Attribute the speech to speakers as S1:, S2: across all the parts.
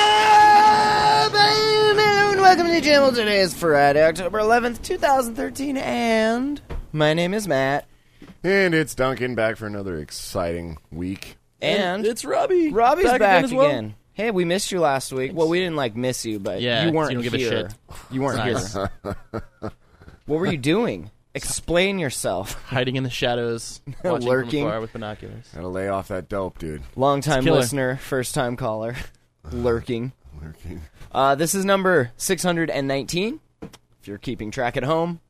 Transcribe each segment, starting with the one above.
S1: Good afternoon. Welcome to Jamel. Today is Friday, October 11th, 2013, and my name is Matt.
S2: And it's Duncan back for another exciting week.
S1: And
S3: it's Robbie.
S1: Robbie's back, again.
S3: as well.
S1: Hey, we missed you last week. Well, we didn't like miss you, but
S3: Yeah,
S1: you weren't
S3: you don't give a
S1: here.
S3: shit.
S1: You weren't
S3: Nice.
S1: here. what were you doing? Explain yourself.
S3: Hiding in the shadows, watching
S1: Lurking.
S3: from afar with binoculars.
S2: Gotta lay off that dope, dude.
S1: Longtime
S3: killer.
S1: listener, first time caller, lurking.
S2: Lurking.
S1: Uh, this is number 619. If you're keeping track at home,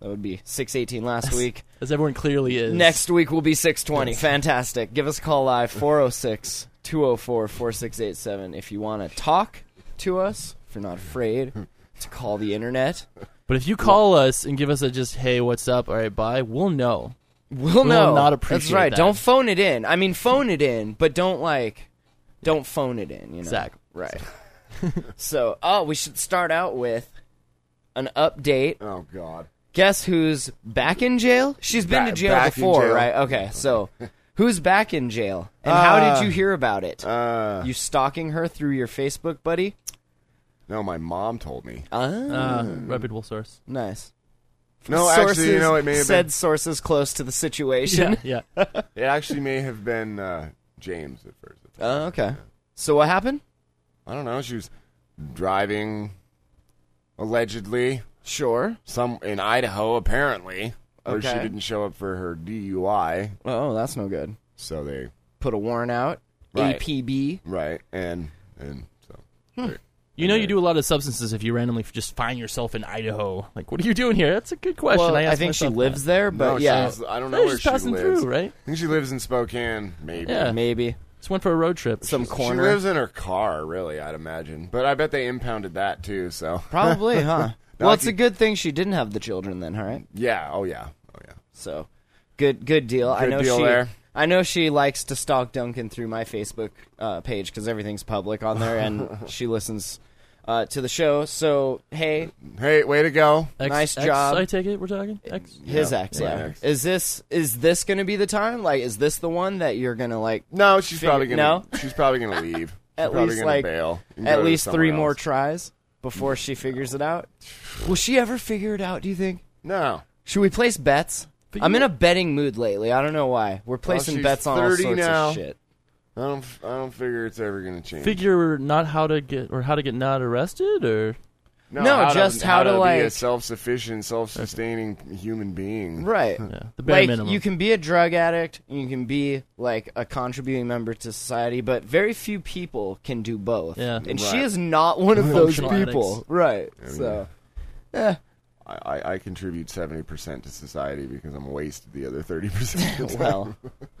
S1: that would be 618 last week.
S3: As everyone clearly is.
S1: Next week will be 620. Fantastic. Give us a call live 406 204 4687 if you want to talk to us, if you're not afraid to call the internet.
S3: But if you call us and give us a just, hey, what's up? All right, bye. We'll know.
S1: We'll
S3: We
S1: know.
S3: will not
S1: That's
S3: appreciate
S1: right.
S3: that.
S1: Don't phone it in. I mean, phone it in, but don't like, don't phone it in, you know?
S3: Exactly.
S1: Right. so, oh, we should start out with an update.
S2: Oh, God.
S1: Guess who's back in jail? She's been
S2: Ba-
S1: to jail
S2: back in
S1: before,
S2: jail.
S1: right? Okay, so who's back in jail? And how
S2: Uh,
S1: did you hear about it?
S2: Uh,
S1: You stalking her through your Facebook, buddy?
S2: no, my mom told me.
S1: Ah,
S3: Uh, reputable source.
S1: nice.
S2: No,
S1: sources,
S2: actually, you know, it may have
S1: said sources close to the situation.
S3: Yeah.
S2: been. It actually may have been uh, James at first.
S1: Oh, okay. So what happened?
S2: I don't know. She was driving, allegedly,
S1: Sure.
S2: some in Idaho, apparently, where she
S1: Okay.
S2: didn't show up for her DUI.
S1: Oh, that's no good.
S2: So they,
S1: Put a warrant out.
S2: Right.
S1: APB.
S2: right, and, and so.
S3: You know, you do a lot of substances if you randomly f- just find yourself in Idaho. Like, what are you doing here? That's a good question.
S1: Well,
S3: I,
S1: I,
S3: asked
S1: think she
S3: myself
S1: lives
S3: that.
S1: there, but
S2: No, she
S1: yeah,
S2: was- I don't know
S3: They're
S2: where
S3: just
S2: she
S3: passing
S2: lives.
S3: through, right?
S2: I think she lives in Spokane, maybe.
S3: Yeah.
S1: maybe
S3: Just went for a road trip.
S1: some corner.
S2: She lives in her car, really, I'd imagine. But I bet they impounded that too, so.
S1: Probably, huh? well, it's
S2: Donkey-
S1: a good thing she didn't have the children then, all right?
S2: Yeah, oh yeah. Oh yeah.
S1: So, good good deal. I
S2: Good
S1: know
S2: deal
S1: she
S2: there.
S1: I know she likes to stalk Duncan through my Facebook uh, page because everything's public on there, and she listens uh, to the show. So, hey,
S2: Hey, way to go.
S3: X,
S1: nice
S3: X,
S1: job.
S3: I take it. We're talking X.
S1: his ex,
S2: my
S1: yeah.
S2: ex.
S1: Is this is this going to be the time? Like, is this the one that you're going to like?
S2: No, she's
S1: Figure-
S2: probably gonna
S1: no?
S2: she's probably gonna leave. She's
S1: At
S2: probably
S1: least
S2: gonna
S1: like
S2: bail. and go
S1: at
S2: to
S1: least three
S2: somewhere
S1: more
S2: else.
S1: tries before she figures it out. Will she ever figure it out? Do you think?
S2: no.
S1: Should we place bets?
S3: Figure-
S1: I'm in a betting mood lately. I don't know why. We're placing
S2: she's
S1: bets on all
S2: 30
S1: sorts
S2: now.
S1: of shit.
S2: I don't f- I don't figure it's ever gonna change.
S3: Figure not how to get or how to get not arrested or
S2: no,
S1: No,
S2: how to-
S1: just
S2: how
S1: how to,
S2: to, be a
S1: like-
S2: self sufficient, self sustaining human being.
S1: Right.
S3: yeah, the bare
S1: like
S3: minimum.
S1: you can be a drug addict and you can be like a contributing member to society but very few people can do both
S3: Yeah.
S1: and she
S2: Right.
S1: is not one of those
S3: Functional
S1: people
S3: addicts.
S1: right
S2: Oh,
S1: so
S2: I, I, I contribute seventy percent to society because I'm wasted the other thirty percent.
S1: well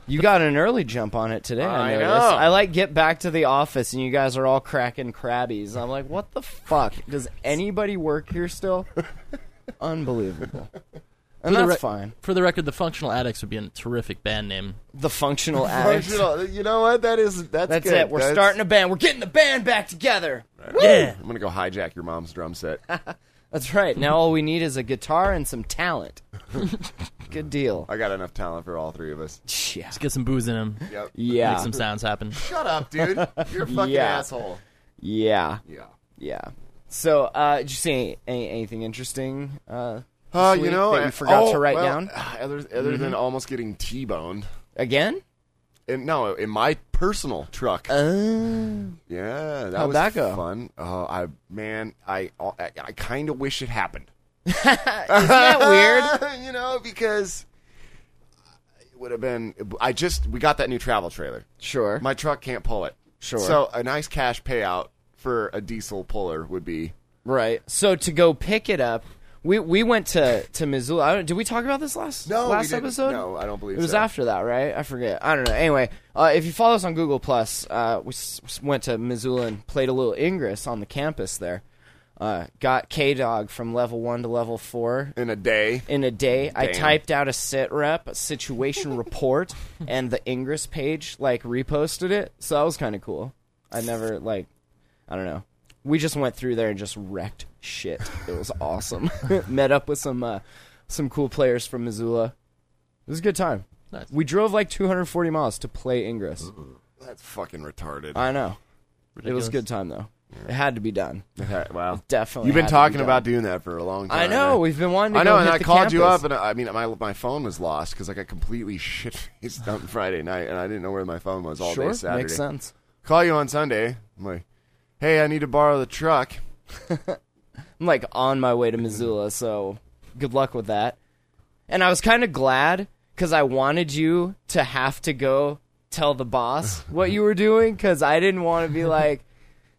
S1: you got an early jump on it today i,
S2: I
S1: noticed.
S2: know.
S1: i like get back to the office and you guys are all cracking crabbies i'm like what the fuck does anybody work here still unbelievable and
S3: the
S1: that's
S3: re-
S1: fine
S3: For the record, the Functional Addicts would be a terrific band name.
S1: the functional addict
S2: Functional. You know what? That is that's
S1: that's
S2: good.
S1: it we're
S2: That's-
S1: starting a band we're getting the band back together
S3: Yeah.
S2: I'm gonna go hijack your mom's drum set.
S1: That's right. Now all we need is a guitar and some talent. Good deal.
S2: I got enough talent for all three of us.
S1: Yeah.
S3: Get some booze in him.
S2: Yep.
S3: Make
S1: Yeah.
S3: some sounds happen.
S2: Shut up, dude. You're a fucking
S1: Yeah.
S2: asshole.
S1: Yeah.
S2: Yeah.
S1: Yeah. So, uh, did you see any, any- anything interesting? Uh,
S2: Uh,
S1: This
S2: you
S1: week
S2: know,
S1: that you
S2: uh,
S1: forgot to
S2: oh,
S1: write
S2: well,
S1: down?
S2: Other, other than almost getting T-boned,
S1: again?
S2: and no, in my personal truck. yeah, Uh, that
S1: how'd
S2: was
S1: that go?
S2: fun. Oh, I man, I I, I kind of wish it happened.
S1: Isn't that weird?
S2: you know, because it would have been. I just we got that new travel trailer.
S1: Sure.
S2: My truck can't pull it.
S1: Sure.
S2: So a nice cash payout for a diesel puller would be
S1: right. So to go pick it up we we went to to Missoula. I don't, did we talk about this last
S2: No, we
S1: last
S2: didn't.
S1: episode?
S2: No, I don't believe
S1: it was
S2: so.
S1: after that, right? I forget. I don't know. Anyway, uh, if you follow us on Google Plus, uh, we s- s- went to Missoula and played a little Ingress on the campus there. Uh, got K Dog from level one to level four
S2: in a day.
S1: in a day. I
S2: Damn.
S1: typed out a sit rep, a situation report, and the Ingress page like reposted it. So that was kind of cool. I never like, I don't know. We just went through there and just wrecked shit. It was awesome. Met up with some uh, some cool players from Missoula. It was a good time.
S3: Nice.
S1: We drove like 240 miles to play Ingress.
S2: That's fucking retarded.
S1: I know. It was a good time though. It had to be done.
S2: Okay, wow,
S1: Definitely.
S2: You've been
S1: had to be
S2: talking
S1: done.
S2: about doing that for a long time.
S1: I know.
S2: eh?
S1: We've been wanting to.
S2: I know,
S1: go
S2: and
S1: hit
S2: I
S1: the
S2: called you
S1: campus.
S2: up, and I, I mean, my my phone was lost because I got completely shit faced on Friday night, and I didn't know where my phone was all
S1: sure,
S2: day Saturday.
S1: makes sense.
S2: Call you on Sunday. I'm like, hey, I need to borrow the truck.
S1: I'm like on my way to Missoula, so good luck with that. And I was kind of glad because I wanted you to have to go tell the boss what you were doing because I didn't want to be like,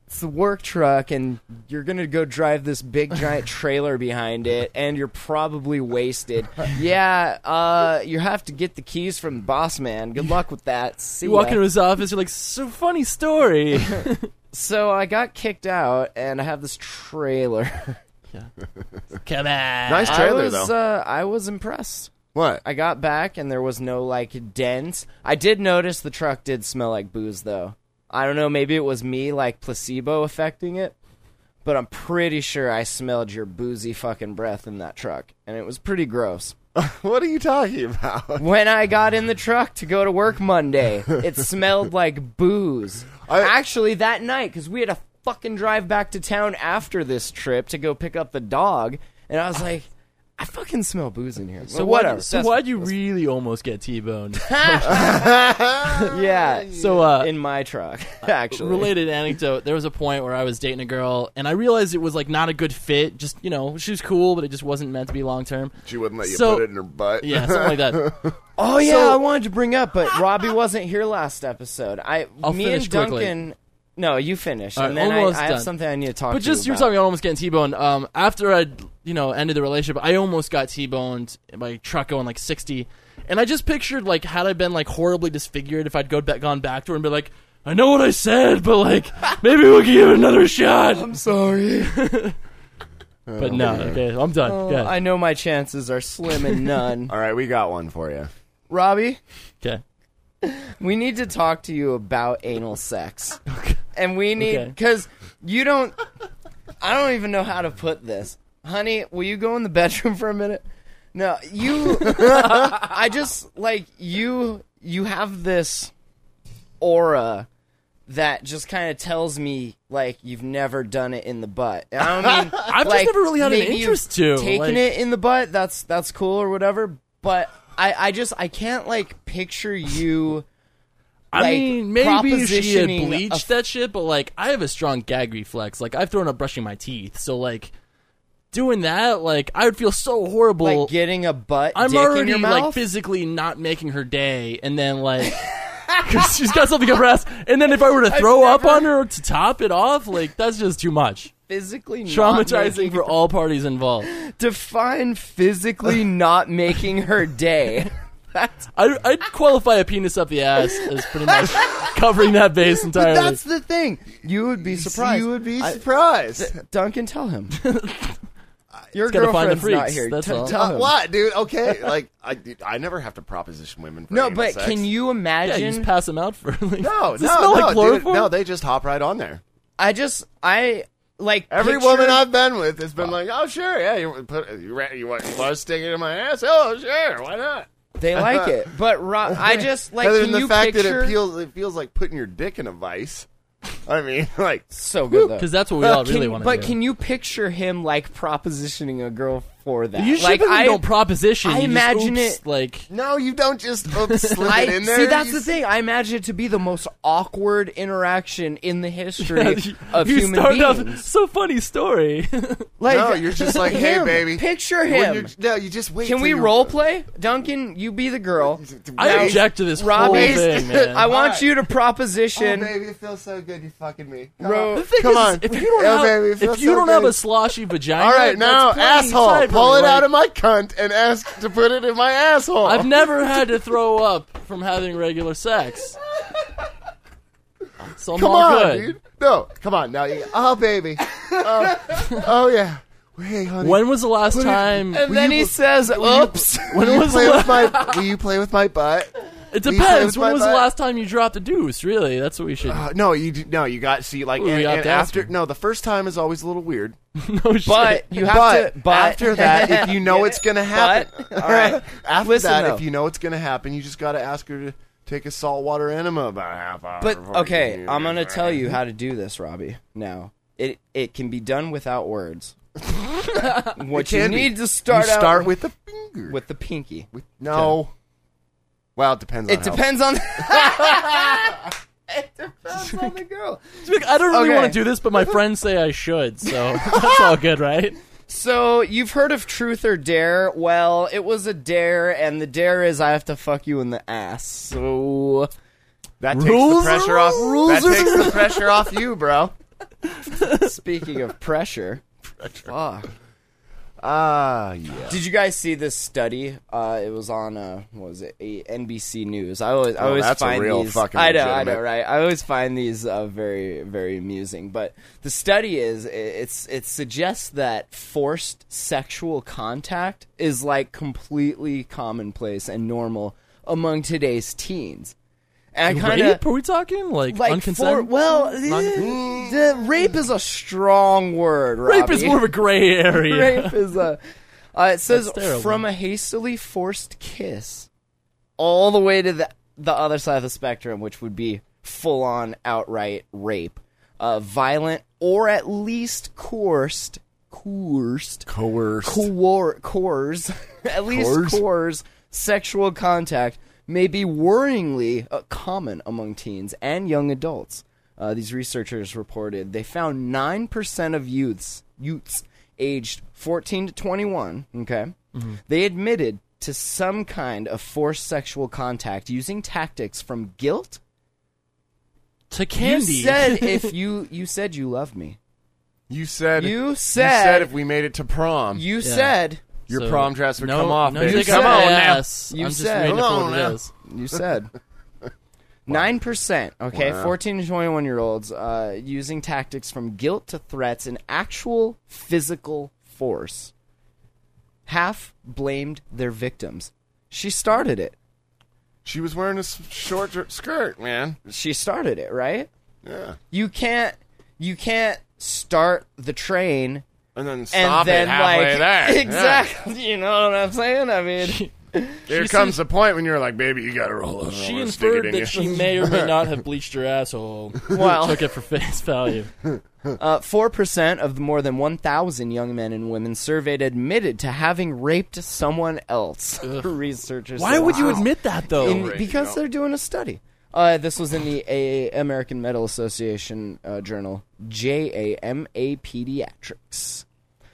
S1: it's the work truck and you're going to go drive this big giant trailer behind it and you're probably wasted. Yeah, uh, you have to get the keys from the boss man. Good luck with that. See
S3: You walk
S1: ya."
S3: into his office, you're like, so funny story.
S1: so I got kicked out and I have this trailer.
S3: Come on.
S2: Nice
S1: I
S2: trailer,
S1: was,
S2: though.
S1: Uh, I was impressed.
S2: what?
S1: I got back and there was no like dent. I did notice the truck did smell like booze though. I don't know, maybe it was me like placebo affecting it, but I'm pretty sure I smelled your boozy fucking breath in that truck and it was pretty gross.
S2: what are you talking about?
S1: When I got in the truck to go to work Monday, it smelled like booze.
S2: I-
S1: Actually, that night cuz we had a fucking drive back to town after this trip to go pick up the dog and I was like I fucking smell booze in here. So whatever.
S3: So
S1: That's-
S3: why'd you really almost get T-boned?
S1: Yeah.
S3: so uh,
S1: in my truck, actually.
S3: related anecdote there was a point where i was dating a girl and i realized it was like not a good fit just you know she was cool but it just wasn't meant to be long term
S2: She wouldn't let you
S3: So-
S2: put it in her butt.
S3: yeah something like that
S1: Oh yeah,
S3: So-
S1: I wanted to bring up, but Robbie wasn't here last episode. I,
S3: I'll
S1: me
S3: finish
S1: and Duncan.
S3: quickly.
S1: No, you finish,
S3: All right,
S1: and then I,
S3: almost
S1: I have
S3: done.
S1: something I need to talk.
S3: but
S1: to
S3: just
S1: you
S3: you were
S1: about.
S3: talking about almost getting t-boned um, after i you know ended the relationship i almost got t-boned by a truck going like 60 and i just pictured like had i been like horribly disfigured if i'd go back, gone back to her and be like i know what i said but like maybe we could give it another shot i'm sorry but no okay i'm done
S1: Oh,
S3: Good.
S1: I know my chances are slim and none.
S2: All right, we got one for you.
S1: Robbie,
S3: okay
S1: we need to talk to you about anal sex, and we need
S3: Okay.
S1: because you don't. I don't even know how to put this, honey. Will you go in the bedroom for a minute? No, you. I just like you. You have this aura that just kind of tells me like you've never done it in the butt. And I don't mean
S3: I've just
S1: like,
S3: never really had an
S1: maybe you've
S3: interest to,
S1: taking
S3: like-
S1: it in the butt. That's that's cool or whatever. But I I just I can't like picture you.
S3: I
S1: like,
S3: mean, maybe she had
S1: propositioning
S3: bleached
S1: a f-
S3: that shit, but like, I have a strong gag reflex. Like, I've thrown up brushing my teeth, so like, doing that, like, I would feel so horrible.
S1: like getting a butt
S3: I'm
S1: dick
S3: already
S1: in your
S3: like
S1: mouth.
S3: physically not making her day, and then like, because she's got something up her ass, and then if I were to throw up
S1: never-
S3: on her to top it off, like, that's just too much.
S1: physically not
S3: Traumatizing
S1: making-
S3: for all parties involved.
S1: define physically not making her day. That's
S3: I, I'd qualify a penis up the ass as pretty much covering that base entirely.
S1: that's the thing. You would be surprised.
S2: You would be
S1: I-
S2: surprised. Uh,
S1: Duncan, tell him. Your
S3: gotta find the
S1: girlfriend's not
S3: freaks,
S1: here.
S3: that's
S1: T-
S3: all.
S1: tell
S2: Uh,
S1: him.
S2: what, dude? Okay, like I, dude, I never have to proposition women. For
S1: No,
S2: anal
S1: but
S2: sex.
S1: can you
S3: yeah,
S1: imagine?
S3: you just pass them out for like.
S2: No,
S3: does
S2: no,
S3: it smell
S2: no,
S3: like
S2: dude,
S3: chloroform?
S2: no. They just hop right on there.
S1: I just I like
S2: Every
S1: picture-
S2: woman I've been with has been like, "Oh, sure, yeah, you want- put you, ra- you want you want to stick it in my ass? Oh, sure, why not?"
S1: they like it, but Rob, I just like
S2: Other
S1: can
S2: than the
S1: you
S2: fact
S1: picture
S2: that it feels it feels like putting your dick in a vice. I mean, like,
S1: so good though.
S3: Because that's what we all
S1: Can-
S3: really want to do.
S1: but can you picture him like propositioning a girl for that?
S3: you
S1: like
S3: typically
S1: I
S3: don't proposition.
S1: I
S3: you just,
S1: imagine
S3: oops,
S1: it-
S3: like
S2: no, you don't just oops, slip
S1: I
S2: it in there.
S1: see. That's
S2: You
S1: the
S2: s-
S1: thing. I imagine it to be the most awkward interaction in the history of
S3: you
S1: human
S3: start off.
S1: beings.
S3: So funny story.
S1: Like
S2: No, you're just like, "Hey,
S1: him.
S2: baby."
S1: Picture
S2: When
S1: him.
S2: you're- No, you just wait.
S1: Can
S2: till
S1: we
S2: you're-
S1: role play, Duncan? You be the girl.
S3: I
S2: Wait.
S3: object to this
S1: Robbie,
S3: whole thing, man.
S1: I want
S2: Hi.
S1: you to proposition.
S2: Oh, baby, it feels so good. You fucking me.
S1: Ro-
S3: The thing
S2: Come
S3: is,
S2: on.
S3: if you don't
S2: Yeah,
S3: have,
S2: baby, it
S3: if
S2: feels
S3: you
S2: so
S3: don't have
S2: good.
S3: a sloshy vagina,
S2: All right,
S3: that's
S2: now,
S3: plenty
S2: asshole,
S3: cyber,
S2: pull it
S3: like-
S2: out of my cunt and ask to put it in my asshole.
S3: I've never had to throw up from having regular sex. So I'm
S2: come
S3: all
S2: on,
S3: good.
S2: dude. No, come on now. You, oh, baby. Oh, oh yeah. Hey, honey.
S3: When was the last time?
S1: And then he says, "Oops."
S2: will you
S3: was
S2: play
S3: the-
S2: with my? Will you play with my butt?
S3: It
S2: you
S3: depends.
S2: say
S3: When
S2: bye
S3: was the
S2: bye?
S3: last time you dropped a deuce? Really, that's what we should.
S2: Uh, no, you d- no, you got see like
S3: Ooh,
S2: and,
S3: we got
S2: and
S3: to ask
S2: after.
S3: him.
S2: No, the first time is always a little weird.
S3: no shit.
S1: But you have
S2: but,
S1: to. But
S2: after that, if you know
S1: Get
S2: it's
S1: it?
S2: gonna happen,
S1: But- all right.
S2: After
S1: Listen,
S2: that,
S1: though.
S2: if you know it's gonna happen, you just got to ask her to take a saltwater enema about half hour.
S1: But
S2: before
S1: okay,
S2: you-
S1: I'm gonna tell you how to do this, Robbie. Now, it it can be done without words. what you
S2: Can be.
S1: need to start
S2: You
S1: out
S2: start with the finger.
S1: with the pinky.
S2: With- no. Well, it depends.
S1: It
S2: on How.
S1: depends on. it depends on the girl.
S3: I don't really
S1: Okay.
S3: want to do this, but my friends say I should, so that's all good, right?
S1: So you've heard of truth or dare? Well, it was a dare, and the dare is I have to fuck you in the ass. So
S2: That takes
S3: Rules
S2: the pressure
S3: are
S2: off.
S3: rules.
S2: that
S3: Rules are
S2: takes the pressure off you, bro.
S1: speaking of pressure, fuck.
S2: Ah, yeah.
S1: Did you guys see this study? Uh, it was on uh, what was it? A- NBC News. I always, I always
S2: Oh, that's a
S1: find
S2: real
S1: these.
S2: fucking
S1: I know, I know,
S2: legitimate-
S1: right? I always find these uh, very, very amusing. But the study is i- it's it suggests that forced sexual contact is like completely commonplace and normal among today's teens. And I kind of
S3: Rape? Are we talking like,
S1: like
S3: unconsensual?
S1: for, well,
S3: Non-consent?
S1: eh, the rape is a strong word.
S3: rape is
S1: Robbie
S3: more of a gray area.
S1: rape is a. Uh, it says
S3: That's terrible.
S1: from a hastily forced kiss, all the way to the the other side of the spectrum, which would be full on outright rape, uh, violent or at least coerced, coerced,
S2: Coerced.
S1: coer, coerced, at least
S2: Coerced?
S1: coerced. sexual contact may be worryingly uh, common among teens and young adults. Uh, these researchers reported they found 9% of youths, youths aged 14 to 21, okay, they admitted to some kind of forced sexual contact using tactics from guilt.
S3: to candy.
S1: You said if you you said you loved me.
S2: You said.
S1: You
S2: You said
S1: said-
S2: if we made it to prom,
S1: You said
S2: your
S3: So,
S2: prom dress would
S3: no,
S2: come off.
S3: No,
S2: baby.
S3: you
S1: said-
S2: Come on now.
S3: yes.
S1: You
S3: I'm just
S1: said-
S3: reading it
S2: Come
S3: for
S2: on
S3: what
S2: now.
S3: it is.
S1: You said. Nine percent, okay, fourteen to twenty-one year olds uh, using tactics from guilt to threats and actual physical force. Half blamed their victims. She started it.
S2: She was wearing a s- short dr- skirt, man.
S1: She started it, right?
S2: Yeah.
S1: You can't. You can't start the train
S2: And then
S1: and
S2: stop
S1: then
S2: it halfway
S1: like
S2: there. Yeah.
S1: exactly. You know what I'm saying? I mean,
S2: There
S3: She
S2: comes
S3: says-
S2: a point when you're like, baby, you gotta roll up.
S3: She inferred that she may or may not have bleached her asshole.
S1: well,
S3: Took it for face value.
S1: Uh, Four percent of the more than one thousand young men and women surveyed admitted to having raped someone else. Researchers.
S3: Why
S1: said.
S3: would you admit that though?
S1: In- because they're doing a study. Uh, this was in the AA American Medical Association uh, journal JAMA Pediatrics.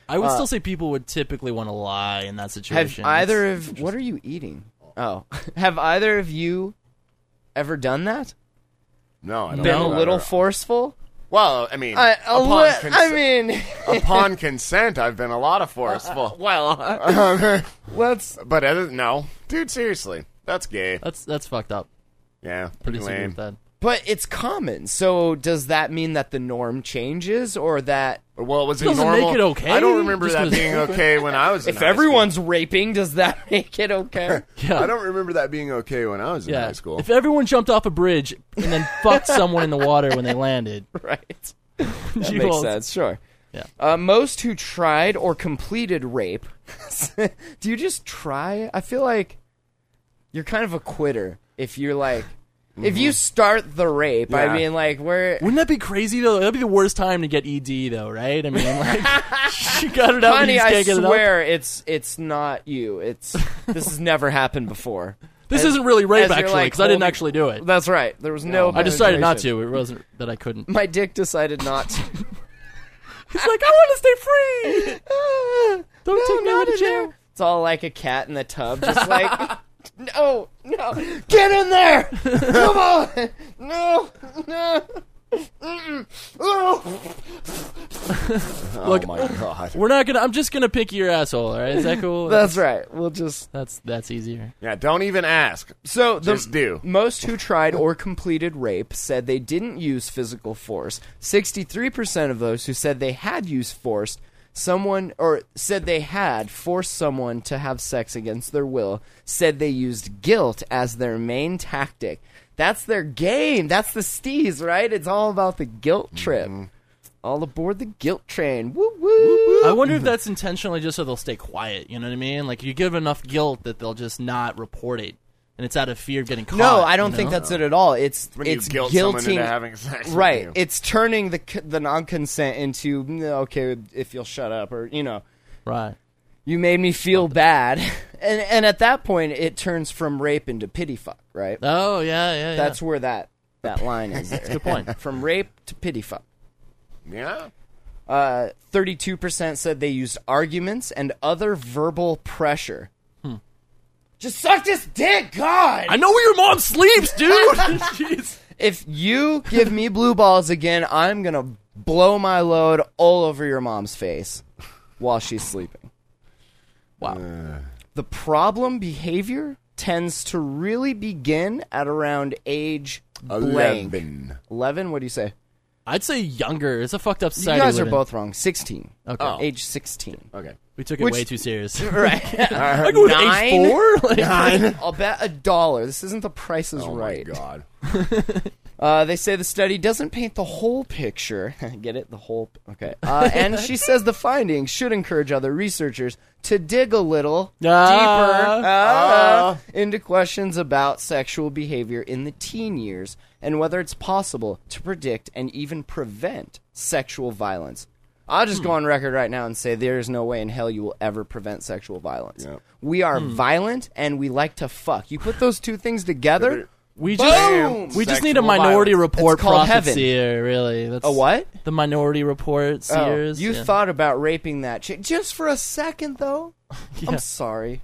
S3: I would still say people would typically want to lie in that
S1: Have
S3: situation.
S1: either
S3: It's-
S1: of what are you eating? Oh, have either of you ever done that?
S2: No, I don't
S1: Been
S2: know
S1: a
S2: about
S1: little
S2: her.
S1: forceful?
S2: Well, I mean,
S1: I, a
S2: upon,
S1: li-
S2: cons-
S1: I mean,
S2: upon consent, I've been a lot of forceful.
S1: well, let's
S2: But other no, dude, seriously, that's gay.
S3: that's that's fucked up.
S2: Yeah,
S3: I
S2: pretty
S3: disagree
S2: lame.
S3: with that.
S1: But it's common. So does that mean that the norm changes or that
S2: Well, was it
S3: Doesn't
S2: normal?
S3: make it okay?
S2: I don't remember
S3: Just
S2: that
S3: 'cause-
S2: being okay when I was. in
S1: if
S2: high
S1: everyone's raping, does that make it okay?
S3: Yeah,
S2: school. I don't remember that being okay when I was in
S3: yeah.
S2: high school.
S3: If everyone jumped off a bridge and then fucked someone in the water when they landed,
S1: right. That
S3: you
S1: makes
S3: all-
S1: sense, sure.
S3: Yeah.
S1: Uh, most who tried or completed rape. do you just try? I feel like you're kind of a quitter if you're like if
S3: Mm-hmm.
S1: you start the rape.
S2: Yeah.
S1: I mean like where
S3: Wouldn't that be crazy though? That'd be the worst time to get ED though, right? I mean, like she got it out, and
S1: Honey,
S3: you just
S1: I
S3: can't get it out.
S1: swear it's it's not you. It's this has never happened before.
S3: This isn't really rape
S1: as you're,
S3: actually, because
S1: like,
S3: I didn't
S1: holding-
S3: actually do it.
S1: That's right. There was no.
S3: I decided not
S1: penetration.
S3: to. It wasn't that I couldn't.
S1: My dick decided not to.
S3: He's like, I want to stay free. Don't take me out of jail.
S1: It's all like a cat in the tub, just like, no, no, get in there! Come on! No, no!
S2: Look, oh my god.
S3: We're not gonna. I'm just gonna pick your asshole. All right, is that cool?
S1: That's right. We'll just
S3: that's that's easier.
S2: Yeah, don't even ask.
S1: So the
S2: Just do.
S1: most who tried or completed rape said they didn't use physical force. Sixty-three percent of those who said they had used force, someone or said they had forced someone to have sex against their will, said they used guilt as their main tactic. That's their game. That's the steez, right? It's all about the
S2: Mm-hmm.
S1: guilt trip. All aboard the guilt train. Woo woo.
S3: I wonder if that's intentionally just so they'll stay quiet. You know what I mean? Like you give enough guilt that they'll just not report it, and it's out of fear of getting caught.
S1: No, I don't
S3: you
S1: think
S3: know?
S1: that's it at all. It's
S2: When
S1: it's
S2: you guilt someone
S1: guilting
S2: into having sex with
S1: right
S2: you.
S1: it's turning the c- the non-consent into "No, okay if you'll shut up or you know
S3: right.
S1: you made me feel bad and and at that point it turns from rape into pity fuck right
S3: Oh yeah, yeah. yeah.
S1: that's where that that line is there.
S3: good point.
S1: from rape to pity fuck
S2: yeah.
S1: uh, 32% said they used arguments and other verbal pressure just suck this dick god
S3: I know where your mom sleeps, dude. Jeez.
S1: if you give me blue balls again, I'm gonna blow my load all over your mom's face while she's sleeping.
S3: Wow.
S2: Uh.
S1: The problem behavior tends to really begin at around age blank. 11.
S2: Eleven.
S1: what do you say?
S3: I'd say younger. It's a fucked up
S1: You
S3: society.
S1: guys
S3: we
S1: are
S3: live in.
S1: both wrong. 16.
S3: Okay.
S1: Oh. Age 16.
S2: Okay.
S3: We took it
S1: Which-
S3: way too serious.
S1: Right.
S3: I go with age
S1: Nine?
S3: four. Like,
S1: I'll bet a dollar. This isn't the price is
S2: Oh
S1: right.
S2: my god.
S1: Uh, they say the study doesn't paint the whole picture. Get it? The whole. p- Okay. Uh, and she says the findings should encourage other researchers to dig a little deeper uh, into questions about sexual behavior in the teen years and whether it's possible to predict and even prevent sexual violence. I'll just go on record right now and say there is no way in hell you will ever prevent sexual violence.
S2: Yep.
S1: We are violent and we like to fuck. You put those two things together.
S3: We
S1: Boom!
S3: just we just need a
S2: Sexual
S3: minority
S2: violence.
S3: report
S1: It's called
S3: prophet
S1: heaven.
S3: seer, really. That's
S1: A what?
S3: The minority report
S1: Oh,
S3: seers.
S1: you
S3: yeah.
S1: thought about raping that chick just for a second, though. I'm sorry.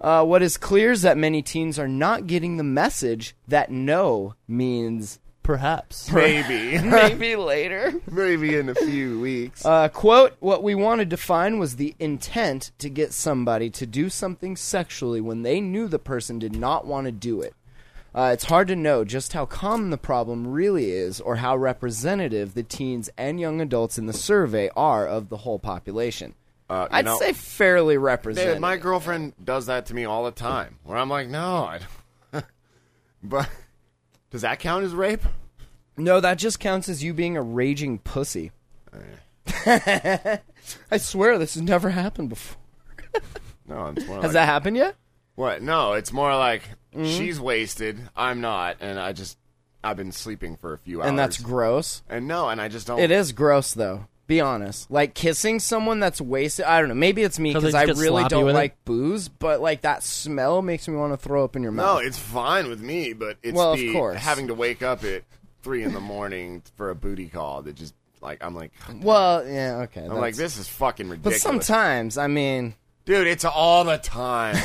S1: uh, what is clear is that many teens are not getting the message that no means
S3: perhaps.
S2: Maybe.
S1: maybe later.
S2: Maybe in a few weeks.
S1: Uh, quote: What we wanted to find was the intent to get somebody to do something sexually when they knew the person did not want to do it. Uh, it's hard to know just how common the problem really is or how representative the teens and young adults in the survey are of the whole population.
S2: Uh, you
S1: I'd
S2: know,
S1: say fairly
S2: David,
S1: representative.
S2: my girlfriend does that to me all the time. Where I'm like, no, I don't. but does that count as rape?
S1: no, that just counts as you being a raging pussy.
S2: Eh.
S1: I swear this has never happened before.
S2: No, it's
S1: Has that
S2: more like,
S1: Mm-hmm. happened yet?
S2: what? No, it's more like she's wasted. I'm not, and I just I've been sleeping for a few hours.
S1: And that's gross.
S2: and no, and I just don't.
S1: It is gross though. Be honest. Like kissing someone that's wasted. I don't know. Maybe it's me
S3: 'Cause they
S1: because
S3: just
S1: I
S3: get
S1: really
S3: sloppy
S1: don't
S3: with it?
S1: like booze, but like that smell makes me want to throw up in your
S2: No,
S1: mouth.
S2: it's fine with me, but it's
S1: Well, of
S2: the
S1: course.
S2: having to wake up at three in the morning for a booty call that just like I'm like
S1: well, yeah, okay.
S2: I'm like this is fucking
S1: But
S2: ridiculous.
S1: sometimes, I mean,
S2: dude, it's all the time.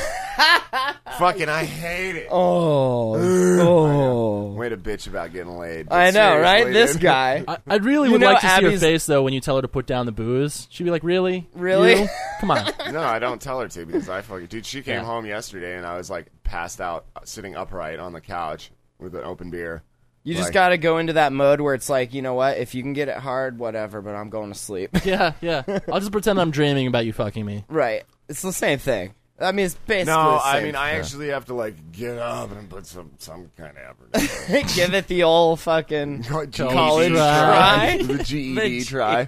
S2: fucking, I hate it.
S1: oh, oh.
S2: Way to bitch about getting laid. but
S1: I know, right?
S2: seriously,
S1: This
S2: dude.
S1: guy.
S3: I, I really
S1: You
S3: would
S1: know,
S3: like to see her
S1: Abby's-
S3: face though when you tell her to put down the booze. She'd be like, "Really?
S1: Really?
S3: You? Come on."
S2: No, I don't tell her to because I fucking dude. She came
S3: Yeah.
S2: home yesterday and I was like passed out, uh, sitting upright on the couch with an open beer.
S1: You just
S2: Like-
S1: got to go into that mode where it's like, you know what? If you can get it hard, whatever. But I'm going to sleep.
S3: yeah, yeah. I'll just pretend I'm dreaming about you fucking me.
S1: right. It's the same thing. I mean, it's basically.
S2: No,
S1: the
S2: I
S1: same
S2: mean I actually have to like get up and put some some kind of effort.
S1: thing.
S2: in.
S1: give it the old fucking
S2: GED
S1: try.
S2: The
S1: E
S2: GED try.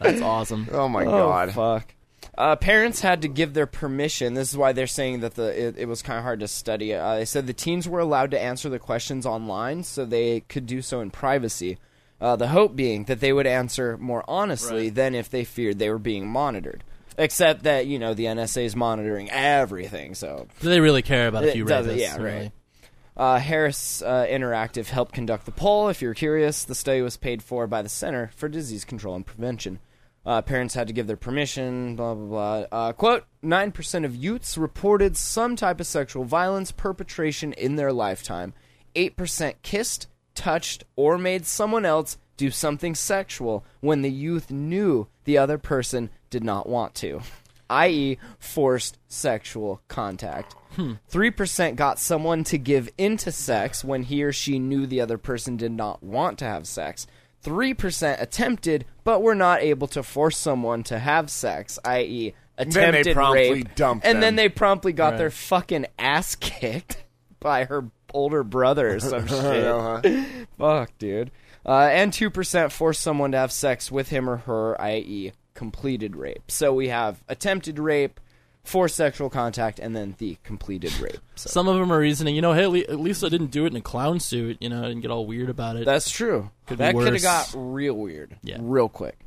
S3: That's awesome.
S2: Oh my god.
S1: fuck. Uh, parents had to give their permission. This is why they're saying that the it, it was kind of hard to study. it. Uh, they said the teens were allowed to answer the questions online, so they could do so in privacy. Uh, the hope being that they would answer more honestly than if they feared they were being monitored. Except that you know the NSA is monitoring everything, so
S3: Do they really care about a
S1: It
S3: few
S1: does-
S3: rapists?
S1: yeah, right.
S3: really?
S1: Uh, Harris uh, Interactive helped conduct the poll. If you're curious, the study was paid for by the Center for Disease Control and Prevention. Uh, parents had to give their permission, blah, blah, blah. Uh, quote 9% of youths reported some type of sexual violence perpetration in their lifetime. 8% kissed, touched or made someone else do something sexual when the youth knew the other person did not want to, i.e., forced sexual contact.
S2: Hmm.
S1: 3% got someone to give into sex when he or she knew the other person did not want to have sex. 3% attempted but were not able to force someone to have sex, i.e.,
S2: they
S1: attempted
S2: promptly
S1: rape.
S2: dumped
S1: and
S2: them.
S1: then they promptly got their fucking ass kicked by her older brother or some shit. Fuck, dude. Uh, and 2% forced someone to have sex with him or her, i.e., completed rape. So we have attempted rape, forced sexual contact, and then the completed rape. So.
S3: Some of them are reasoning, you know, hey, at le- at least I didn't do it in a clown suit. You know, I didn't get all weird about it.
S1: That's true.
S3: Could be
S1: that could have
S3: worse.
S1: got real weird,
S3: Yeah.
S1: real quick.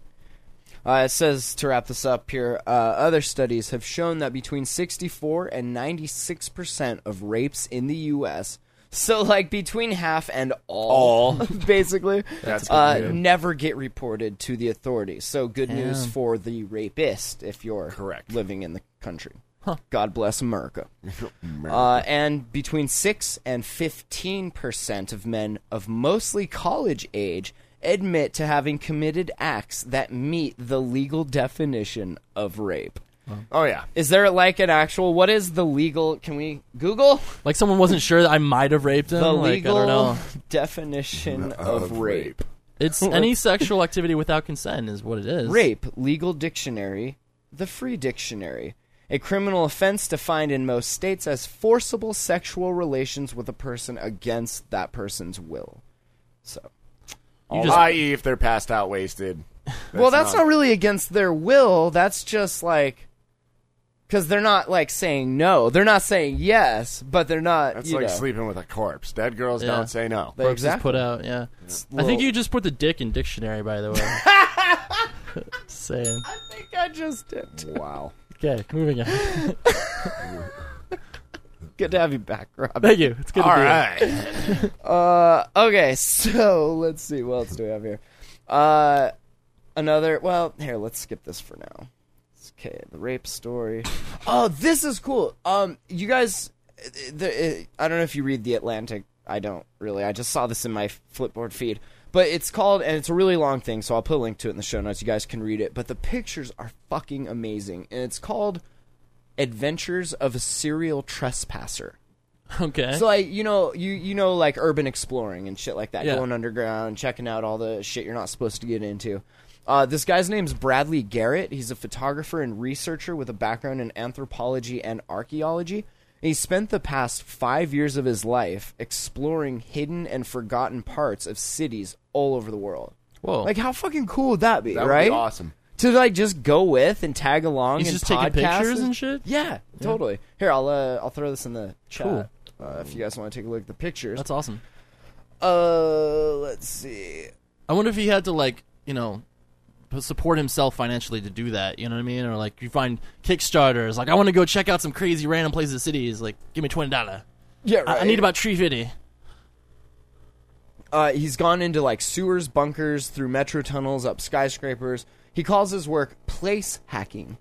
S1: Uh, it says to wrap this up here. Uh, other studies have shown that between 64 and 96 percent of rapes in the U.S. So like between half and all, basically, uh, never get reported to the authorities. So good news
S3: Damn.
S1: for the rapist if you're
S2: Correct.
S1: living in the country. God bless America. Uh, and between 6 and 15% of men of mostly college age admit to having committed acts that meet the legal definition of rape.
S2: Oh yeah.
S1: Is there like an actual what is the legal can we Google
S3: like someone wasn't sure that I might have raped him.
S1: the
S3: like,
S1: legal
S3: I don't know.
S1: definition of, rape.
S3: It's any sexual activity without consent is what it is.
S1: Rape, legal dictionary, the free dictionary. A criminal offense defined in most states as forcible sexual relations with a person against that person's will. So,
S3: You just-
S2: I.e., E if they're passed out wasted.
S1: well, that's
S2: not-
S1: not, really against their will. That's just like because they're not like saying no. They're not saying yes, but they're not.
S2: That's
S1: you
S2: like
S1: know,
S2: sleeping with a corpse. Dead girls
S3: Yeah.
S2: don't say no.
S1: they-
S3: Corpses
S1: exactly.
S3: put out. Yeah, I
S1: little-
S3: think you just put the dick in dictionary. By the way, saying
S1: I think I just did.
S2: Wow.
S3: okay. Moving on.
S1: Good to have you back, Rob.
S3: Thank you. It's good
S2: All
S3: to be here.
S2: right.
S1: Uh, okay, so let's see what else do we have here. Uh, another. Well, here let's skip this for now. Okay, the rape story. Oh, this is cool. Um, you guys, uh, the, uh, I don't know if you read the Atlantic. I don't really. I just saw this in my Flipboard feed. But it's called, and it's a really long thing, so I'll put a link to it in the show notes. You guys can read it. But the pictures are fucking amazing, and it's called "Adventures of a Serial Trespasser."
S3: Okay.
S1: So like you know you you know like urban exploring and shit like that,
S3: Yeah.
S1: going underground, checking out all the shit you're not supposed to get into. Uh, this guy's name's Bradley Garrett. He's a photographer and researcher with a background in anthropology and archaeology. He spent the past five years of his life exploring hidden and forgotten parts of cities all over the world.
S3: Whoa.
S1: Like, how fucking cool would that be?
S2: That would be
S1: right?
S2: awesome.
S1: To like just go with and tag along
S3: He's
S1: and
S3: just taking
S1: podcast
S3: pictures and shit?
S1: Yeah, totally. Here, I'll uh, I'll throw this in the chat
S3: Cool.
S1: uh, if you guys want to take a look at the pictures.
S3: That's awesome.
S1: Uh, let's see.
S3: I wonder if he had to like you know p- support himself financially to do that. You know what I mean? Or like you find Kickstarters. Like I want to go check out some crazy random places, in cities. Like give me twenty dollar.
S1: Yeah,
S3: I-, I need about three fifty.
S1: Uh, he's gone into like sewers, bunkers, through metro tunnels, up skyscrapers. He calls his work place hacking.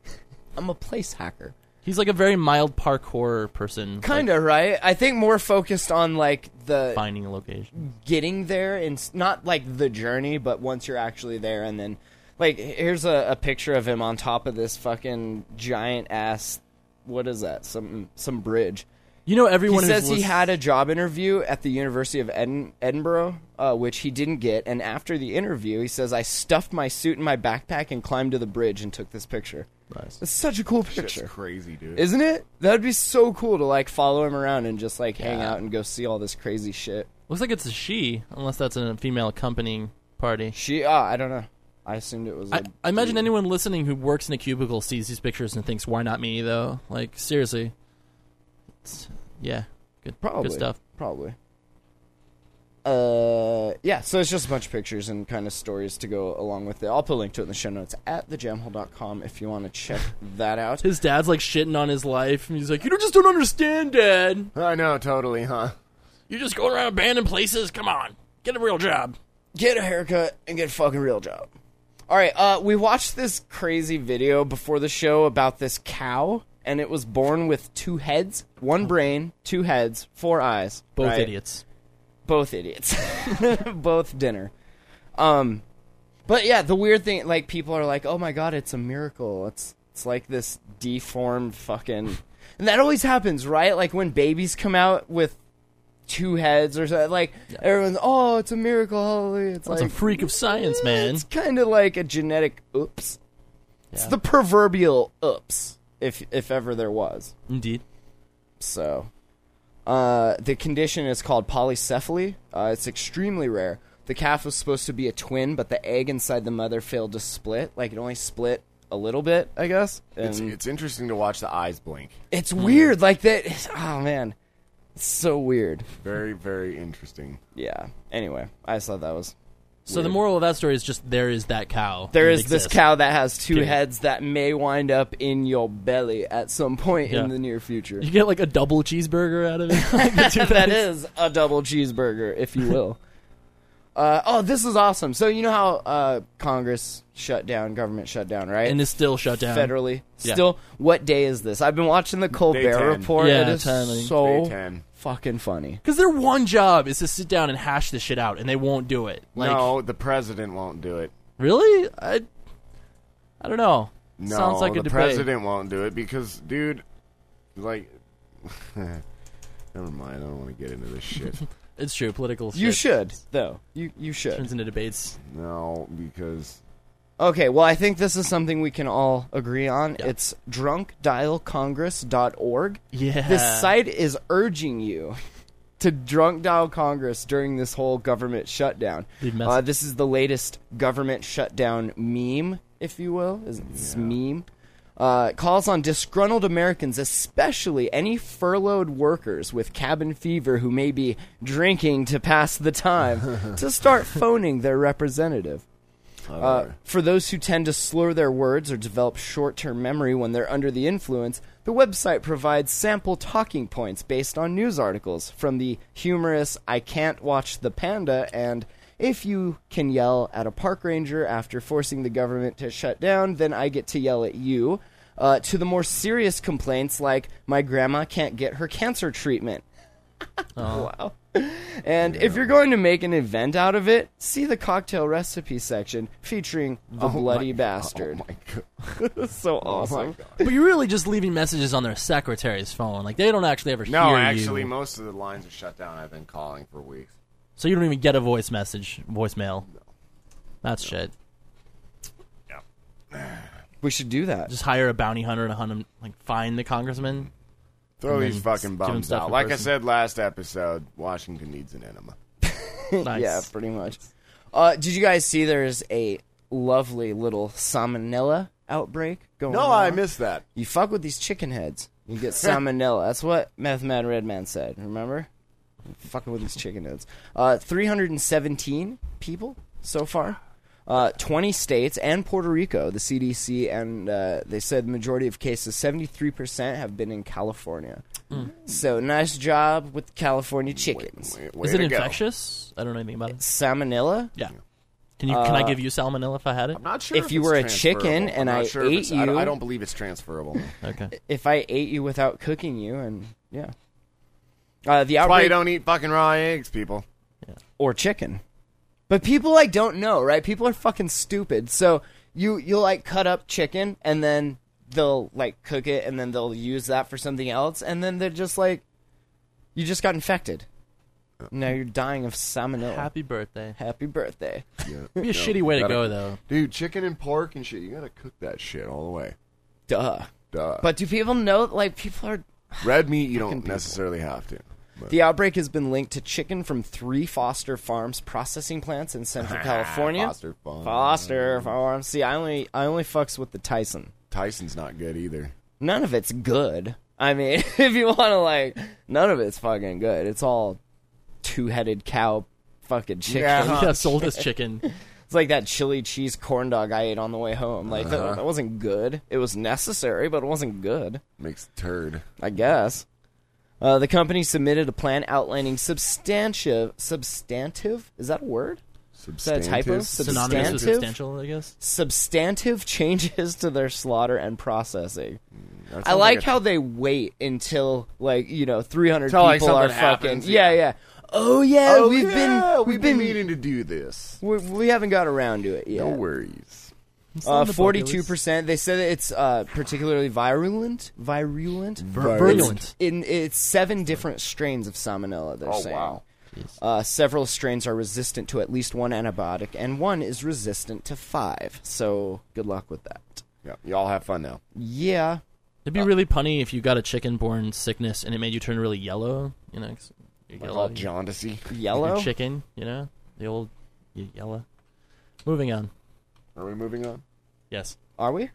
S1: I'm a place hacker.
S3: He's like a very mild parkour person.
S1: Kinda right. I think more focused on like the
S3: like, finding a location.
S1: getting there and s- not like the journey, but once you're actually there and then like here's a, a picture of him on top of this fucking giant ass what is that? Some some bridge.
S3: You know everyone
S1: He
S3: who's
S1: says he
S3: lis-
S1: had a job interview at the University of Edin- Edinburgh, uh, which he didn't get. And after the interview, he says, "I stuffed my suit in my backpack and climbed to the bridge and took this picture."
S3: Nice.
S1: It's such a cool
S2: Shit's
S1: picture,
S2: crazy, dude.
S1: isn't it? That'd be so cool to like follow him around and just like hang out and go see all this crazy shit.
S3: Looks like it's a she, unless that's a female accompanying party.
S1: She, ah, I don't know. I assumed it was. a
S3: I, I imagine anyone listening who works in a cubicle sees these pictures and thinks, "Why not me?" Though, like seriously, it's, yeah, good,
S1: probably
S3: good stuff.
S1: Probably. Uh, yeah. So it's just a bunch of pictures and kind of stories to go along with it. I'll put a link to it in the show notes at thejamhole.com if you want to check that out.
S3: His dad's like shitting on his life, and he's like, "You just don't understand, Dad.
S2: I know, totally, huh?
S3: You just go around abandoning places. Come on, get a real job."
S1: Get a haircut and get a fucking real job. All right. Uh, we watched this crazy video before the show about this cow, and it was born with two heads, one brain, two heads, four eyes.
S3: Oh. Both
S1: right?
S3: idiots.
S1: both idiots, both dinner. Um, but yeah, the weird thing, like people are like, "Oh my god, it's a miracle!" It's it's like this deformed fucking, and that always happens, right? Like when babies come out with two heads or something, like everyone's, "Oh, it's a miracle!" Hallelujah! It's
S3: That's
S1: like
S3: a freak of science, man.
S1: it's kind of like a genetic oops. It's the proverbial oops, if if ever there was.
S3: Indeed.
S1: So, uh, the condition is called polycephaly. Uh, it's extremely rare. The calf was supposed to be a twin, but the egg inside the mother failed to split. Like it only split a little bit, I guess. And
S2: It's, it's interesting to watch the eyes blink.
S1: it's weird. Like that. Oh man, it's so weird.
S2: Very, very interesting.
S1: Yeah. Anyway, I just thought that was
S3: So the moral of that story is just there is that cow.
S1: There
S3: It
S1: is this
S3: exists.
S1: cow that has two
S3: Period.
S1: heads that may wind up in your belly at some point
S3: Yeah.
S1: in the near future.
S3: You get like a double cheeseburger out of it. Like the two
S1: that
S3: patties.
S1: is a double cheeseburger, if you will. uh, oh, this is awesome. So you know how uh, Congress shut down, government shut down, right?
S3: and is still shut down.
S1: federally.
S3: Yeah.
S1: Still, what day is this? I've been watching the Colbert
S2: 10.
S1: Report.
S3: Yeah,
S1: it is
S3: 10, I think.
S2: Day
S1: so
S2: 10.
S1: fucking funny.
S3: Because their one job is to sit down and hash this shit out, and they won't do it. Like,
S2: no, the president won't do it.
S3: really? I, I don't know.
S2: No,
S3: Sounds like
S2: the
S3: a debate.
S2: president won't do it because, dude, like, never mind. I don't want to get into this shit.
S3: It's true. Political.
S1: You
S3: shit
S1: should though. You you should.
S3: turns into debates.
S2: no, because
S1: Okay, well, I think this is something we can all agree on.
S3: Yeah.
S1: It's drunkdialcongress.org.
S3: Yeah.
S1: This site is urging you to drunk dial Congress during this whole government shutdown.
S3: Leave message.
S1: Uh, this is the latest government shutdown meme, if you will. Is this meme? Uh, it calls on disgruntled Americans, especially any furloughed workers with cabin fever who may be drinking to pass the time, to start phoning their representative. Uh, for those who tend to slur their words or develop short term memory when they're under the influence, the website provides sample talking points based on news articles from the humorous I Can't Watch the Panda and If You Can Yell at a Park Ranger After Forcing the Government to Shut Down, Then I Get to Yell at You, uh, to the more serious complaints like My Grandma Can't Get Her Cancer Treatment. Wow. And if you're going to make an event out of it, see the cocktail recipe section featuring the bloody bastard.
S2: Oh my god.
S1: so awesome.
S3: But you're really just leaving messages on their secretary's phone. Like they don't actually ever
S2: No,
S3: hear
S2: actually,
S3: you.
S2: most of the lines are shut down. I've been calling for weeks.
S3: so you don't even get a voice message, voicemail. That's shit.
S1: we should do that.
S3: Just hire a bounty hunter to hunt him, like find the congressman.
S2: Throw
S3: And
S2: these
S3: then
S2: fucking
S3: give 'em
S2: bums
S3: stuff
S2: out.
S3: in
S2: Like I
S3: person.
S2: said last episode, Washington needs an enema.
S3: Nice.
S1: Yeah, pretty much. Uh, did you guys see there's a lovely little salmonella outbreak going
S2: No,
S1: on?
S2: I missed that.
S1: You fuck with these chicken heads, you get salmonella. That's what Meth Mad Redman said, remember? Fucking with these chicken heads. Uh, 317 people so far. Uh, 20 states and Puerto Rico, the CDC, and uh, they said the majority of cases, 73%, have been in California. So nice job with California chickens.
S2: Way, way
S3: Is it
S2: to go.
S3: infectious? I don't know anything about it.
S1: Salmonella?
S3: Yeah. Can you? can I give you salmonella if I had it?
S2: Uh, I'm not sure
S1: If
S2: if
S1: you
S2: it's
S1: were a
S2: transferable.
S1: chicken
S2: I'm
S1: and
S2: not
S1: I
S2: sure if
S1: ate
S2: it's- I don't,
S1: you-
S2: I don't believe it's transferable. That's
S3: Okay.
S1: If I ate you without cooking you, and yeah. Uh, the outbreak.
S2: why you don't eat fucking raw eggs, people.
S1: or chicken. But people like don't know, right? People are fucking stupid. So you you'll like cut up chicken and then they'll like cook it and then they'll use that for something else and then they're just like you just got infected. Now you're dying of salmonella. Happy,
S3: Happy birthday.
S1: birthday.
S3: Be a shitty way to
S2: gotta-
S3: go though.
S2: Dude, chicken and pork and shit, you gotta cook that shit all the way.
S1: Duh.
S2: Duh.
S1: But do people know like people are
S2: Red meat, you don't necessarily have to. But
S1: the outbreak has been linked to chicken from three Foster Farms processing plants in Central California.
S2: Ah, Foster Farms.
S1: Foster Farms. See, I only I only fucks with the Tyson.
S2: Tyson's not good either.
S1: none of it's good. I mean, if you want to like, none of it's fucking good. It's all two-headed cow, fucking chicken.
S2: Yeah.
S3: yeah, sold this chicken.
S1: It's like that chili cheese corn dog I ate on the way home. Like that, that wasn't good. It was necessary, but it wasn't good.
S2: Mixed turd.
S1: I guess. Uh, the company submitted a plan outlining substantive substantive is that a word? that a typo?
S2: Substantive.
S3: Synonymous with
S1: Substantive?
S3: substantial, I guess.
S1: Substantive changes to their slaughter and processing.
S2: That sounds
S1: I like
S2: a-
S1: how they wait until like you know 300
S2: Till, like,
S1: people are
S2: something happens,
S1: fucking yeah. yeah
S2: yeah.
S1: oh yeah, we've
S2: yeah,
S1: been
S2: we've, been,
S1: been
S2: meaning to do this.
S1: we, we haven't got around to it yet. Uh,
S2: No worries.
S3: on the bucket list.
S1: Forty-two percent. They said that it's uh, particularly virulent. Virulent.
S3: virulent.
S1: In it's seven different strains of salmonella. They're
S2: Oh,
S1: saying.
S2: wow.
S1: Uh, several strains are resistant to at least one antibiotic, and one is resistant to five. So good luck with that.
S2: Yeah, y'all have fun now.
S1: Yeah,
S3: It'd be really punny if you got a chicken-borne sickness and it made you turn really yellow. You know, 'cause you get a
S2: All
S3: lot of your
S2: jaundicey.
S1: yellow.
S3: chicken. You know, the old y- yellow. Moving on.
S2: Are we moving on?
S3: Yes,
S1: Are we?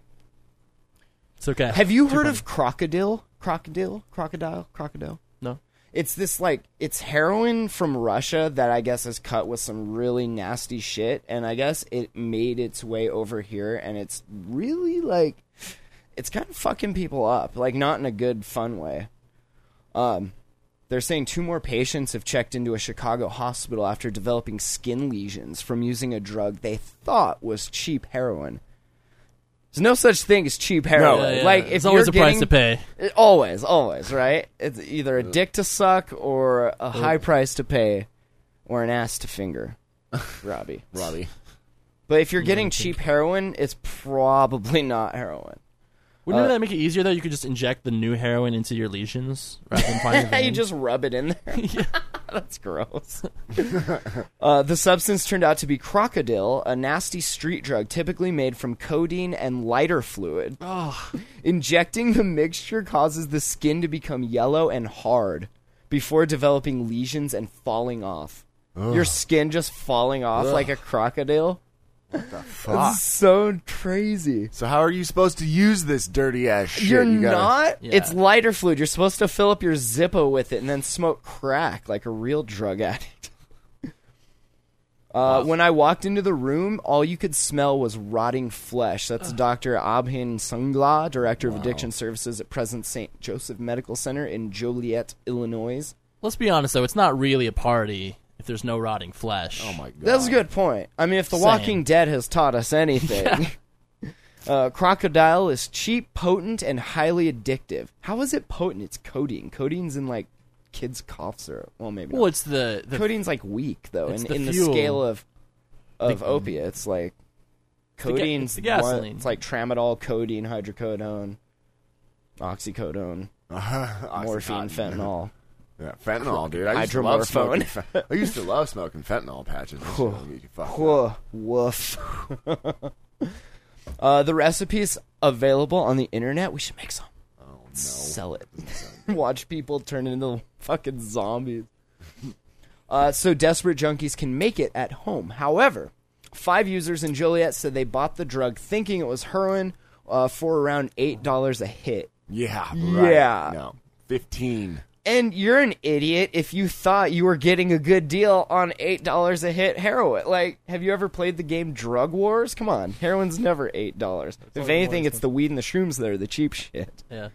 S3: it's okay.
S1: Have you
S3: Too
S1: heard
S3: punny.
S1: of crocodile? Crocodile? Crocodile? Crocodile?
S3: No.
S1: It's this like it's heroin from Russia that I guess is cut with some really nasty shit, and I guess it made its way over here, and it's really like it's kind of fucking people up, like not in a good fun way. Um, they're saying two more patients have checked into a Chicago hospital after developing skin lesions from using a drug they thought was cheap heroin. There's no such thing as cheap heroin.
S3: Yeah, yeah.
S1: Like
S3: it's
S1: if
S3: always
S1: you're
S3: a price
S1: getting-
S3: to pay.
S1: it- always, always, right? It's either a dick to suck or a high price to pay or an ass to finger, Robbie.
S2: Robbie.
S1: But if you're getting cheap heroin, it's probably not heroin.
S3: Wouldn't
S1: Uh,
S3: that make it easier though? You could just inject the new heroin into your lesions rather than find the
S1: Yeah, you
S3: vein.
S1: just rub it in there. That's gross. uh, the substance turned out to be crocodile, a nasty street drug typically made from codeine and lighter fluid. Injecting the mixture causes the skin to become yellow and hard before developing lesions and falling off. Your skin just falling off like a crocodile. It's so crazy.
S2: So how are you supposed to use this dirty ass shit?
S1: You're
S2: You gotta-
S1: not.
S3: Yeah.
S1: It's lighter fluid. You're supposed to fill up your Zippo with it and then smoke crack like a real drug addict. Uh, When I walked into the room, all you could smell was rotting flesh. That's Dr. Abhin Sangla, director of addiction services at Present St. Joseph Medical Center in Joliet, Illinois.
S3: Let's be honest though, it's not really a party if there's no rotting flesh. Oh my!
S1: That's a good point. I mean, if The
S3: Same.
S1: Walking Dead has taught us anything, uh, crocodile is cheap, potent, and highly addictive. How is it potent? It's codeine. Codeine's in like kids' cough syrup. Well, maybe.
S3: Well,
S1: not.
S3: it's the the
S1: codeine's like weak though,
S3: it's
S1: in,
S3: the
S1: in the
S3: fuel.
S1: scale of of opiates, like codeine's
S3: it's the
S1: one-
S3: gasoline.
S1: it's like tramadol, codeine, hydrocodone, oxycodone, morphine, fentanyl.
S2: Yeah, fentanyl, dude. I used to love
S1: Hydromorphone.
S2: smoking. fe- I used to love smoking fentanyl patches. and shit. Don't get you fucked up.
S1: Whoa, woof. uh, the recipe's available on the internet. We should make some. Oh no! Sell it. Watch people turn into fucking zombies. Uh, so desperate junkies can make it at home. However, five users in Joliet said they bought the drug thinking it was heroin uh, for around eight dollars a hit.
S2: Yeah. Right.
S1: Yeah.
S2: No. Fifteen.
S1: And you're an idiot if you thought you were getting a good deal on eight dollars a hit heroin. Like, have you ever played the game Drug Wars? Come on, heroin's never eight dollars. If anything, it's the weed and the shrooms that are the cheap shit.
S3: yeah.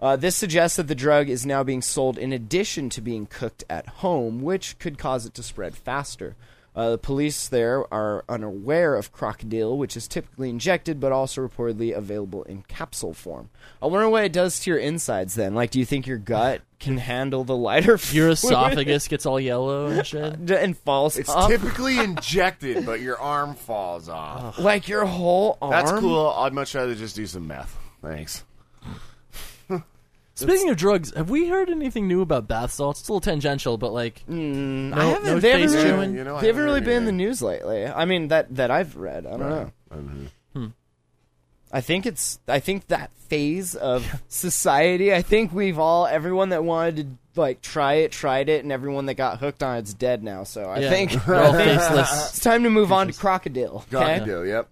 S1: Uh, this suggests that the drug is now being sold in addition to being cooked at home, which could cause it to spread faster. Uh, the police there are unaware of crocodile, which is typically injected but also reportedly available in capsule form. I wonder what it does to your insides then. Like, do you think your gut can handle the lighter
S3: Your
S1: fluid
S3: esophagus gets all yellow and shit.
S1: and falls
S2: It's
S1: up?
S2: typically injected, but your arm falls off.
S1: like your whole arm?
S2: That's cool. I'd much rather just do some meth. Thanks.
S3: Speaking of drugs, have we heard anything new about bath salts? It's a little tangential, but like no,
S1: Mm, I haven't,
S3: no
S1: they haven't
S3: face
S1: really,
S3: chewing.
S2: You know, I
S1: they haven't
S2: haven't
S1: really
S2: heard
S1: been in the
S2: anything.
S1: news lately. I mean, that, that I've read. I don't know.
S2: Mm-hmm.
S1: I think it's I think that phase of society. I think we've all everyone that wanted to like try it tried it, and everyone that got hooked on it's dead now. So I
S3: Yeah.
S1: think
S3: They're all faceless.
S1: it's time to move on to crocodile.
S2: God,
S1: Okay.
S2: do. Yep.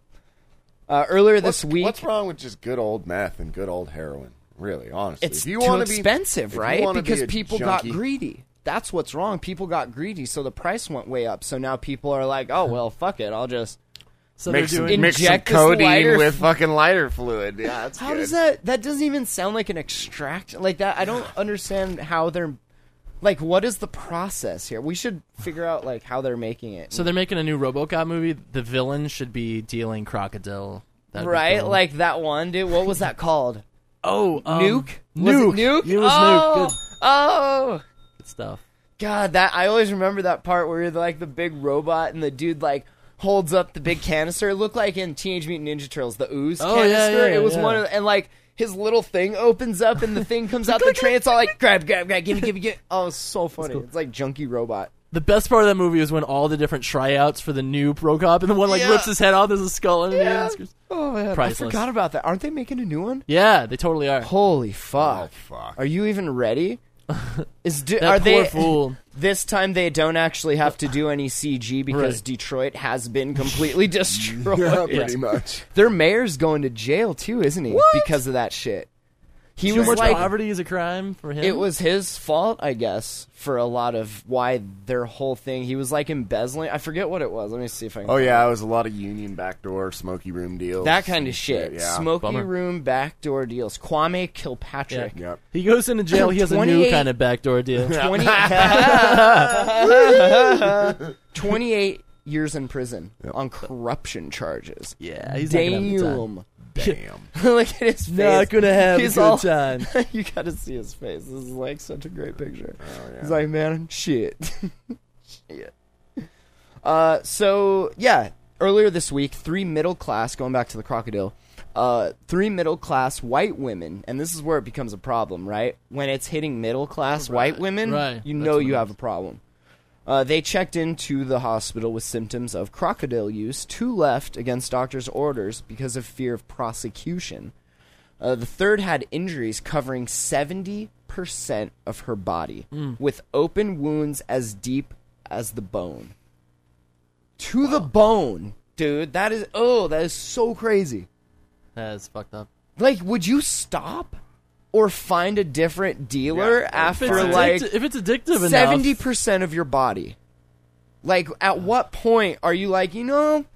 S1: Uh, earlier this
S2: What's,
S1: week,
S2: what's wrong with just good old meth and good old heroin? Really, honestly,
S1: it's
S2: if you
S1: too
S2: wanna be-
S1: expensive,
S2: if you
S1: right?
S2: wanna be
S1: Because
S2: a
S1: people
S2: junkie-
S1: got greedy. That's what's wrong. People got greedy, so the price went way up. So now people are like, "Oh well, fuck it, I'll just."
S3: So
S2: Mix,
S3: they're
S2: some-
S3: doing
S2: mix some
S1: inject this
S2: codeine
S1: lighter-
S2: with fucking lighter fluid. Yeah, that's
S1: How
S2: good.
S1: does that? That doesn't even sound like an extraction. Like that, I don't understand how they're. Like, what is the process here? We should figure out like how they're making it.
S3: so they're making a new RoboCop movie. The villain should be dealing crocodile. That'd be
S1: right,
S3: cool.
S1: like that one dude. What was that called?
S3: oh um,
S1: nuke? Was it
S3: nuke,
S1: nuke.
S3: It was
S1: oh,
S3: nuke. Good,
S1: Oh,
S3: good stuff.
S1: God, that I always remember that part where you're like the big robot and the dude like holds up the big canister. It looked like in Teenage Mutant Ninja Turtles, the ooze
S3: Oh, yeah,
S1: canister.
S3: yeah,
S1: it was
S3: yeah.
S1: one of and like his little thing opens up and the thing comes out the train. It's all like grab, grab, grab, gimme, gimme, gimme. Oh, it's so funny. It's like junky robot.
S3: The best part of that movie is when all the different tryouts for the new Prokop and the one like
S1: Yeah.
S3: rips his head off. There's a skull underneath.
S1: Yeah.
S3: It's crazy.
S1: Oh man, I
S3: Priceless.
S1: forgot about that. Aren't they making a new one?
S3: Yeah, they totally are.
S1: Holy fuck!
S2: fuck.
S1: Are you even ready? Is do,
S3: That
S1: are
S3: poor
S1: they
S3: fool.
S1: this time they don't actually have to do any CG because
S3: Right.
S1: Detroit has been completely destroyed.
S2: pretty much.
S1: Their mayor's going to jail too, isn't he? Because of that shit. He
S3: Too
S1: was
S3: much
S1: like
S3: poverty is a crime for him.
S1: it was his fault, I guess, for a lot of why their whole thing. He was like embezzling. I forget what it was. Let me see if I can.
S2: Oh yeah, it was a lot of union backdoor, smoky room deals,
S1: That kind of
S2: and
S1: shit.
S2: Yeah.
S1: Smoky
S3: Bummer.
S1: room backdoor deals. Kwame Kilpatrick.
S2: Yep.
S3: He goes into jail. He has a new
S1: 28
S3: kind of backdoor deal.
S1: 20 28 years in prison on corruption charges.
S3: yeah, he's not gonna have the time.
S1: Damn.
S2: Damn.
S1: Look at his face.
S3: Not gonna have
S1: He's
S3: a good
S1: all-
S3: time.
S1: you gotta see his face. This is like such a great picture. He's like, man, shit. shit. Uh, so, yeah, earlier this week, three middle class, going back to the crocodile, uh, three middle class white women, and this is where it becomes a problem, right? When it's hitting middle class white women,
S3: right.
S1: you
S3: That's
S1: know
S3: what
S1: you
S3: it
S1: have a problem. Uh, they checked into the hospital with symptoms of crocodile use. Two left against doctor's orders because of fear of prosecution. Uh, the third had injuries covering 70% of her body,
S3: Mm.
S1: with open wounds as deep as the bone. To the bone, dude. That is, oh, that is so crazy.
S3: That's fucked up.
S1: Like, would you stop or find a different dealer
S3: If it's,
S1: after,
S3: addicti-
S1: like,
S3: if it's addictive
S1: seventy
S3: enough,
S1: percent of your body. Like, at what point are you like, you know,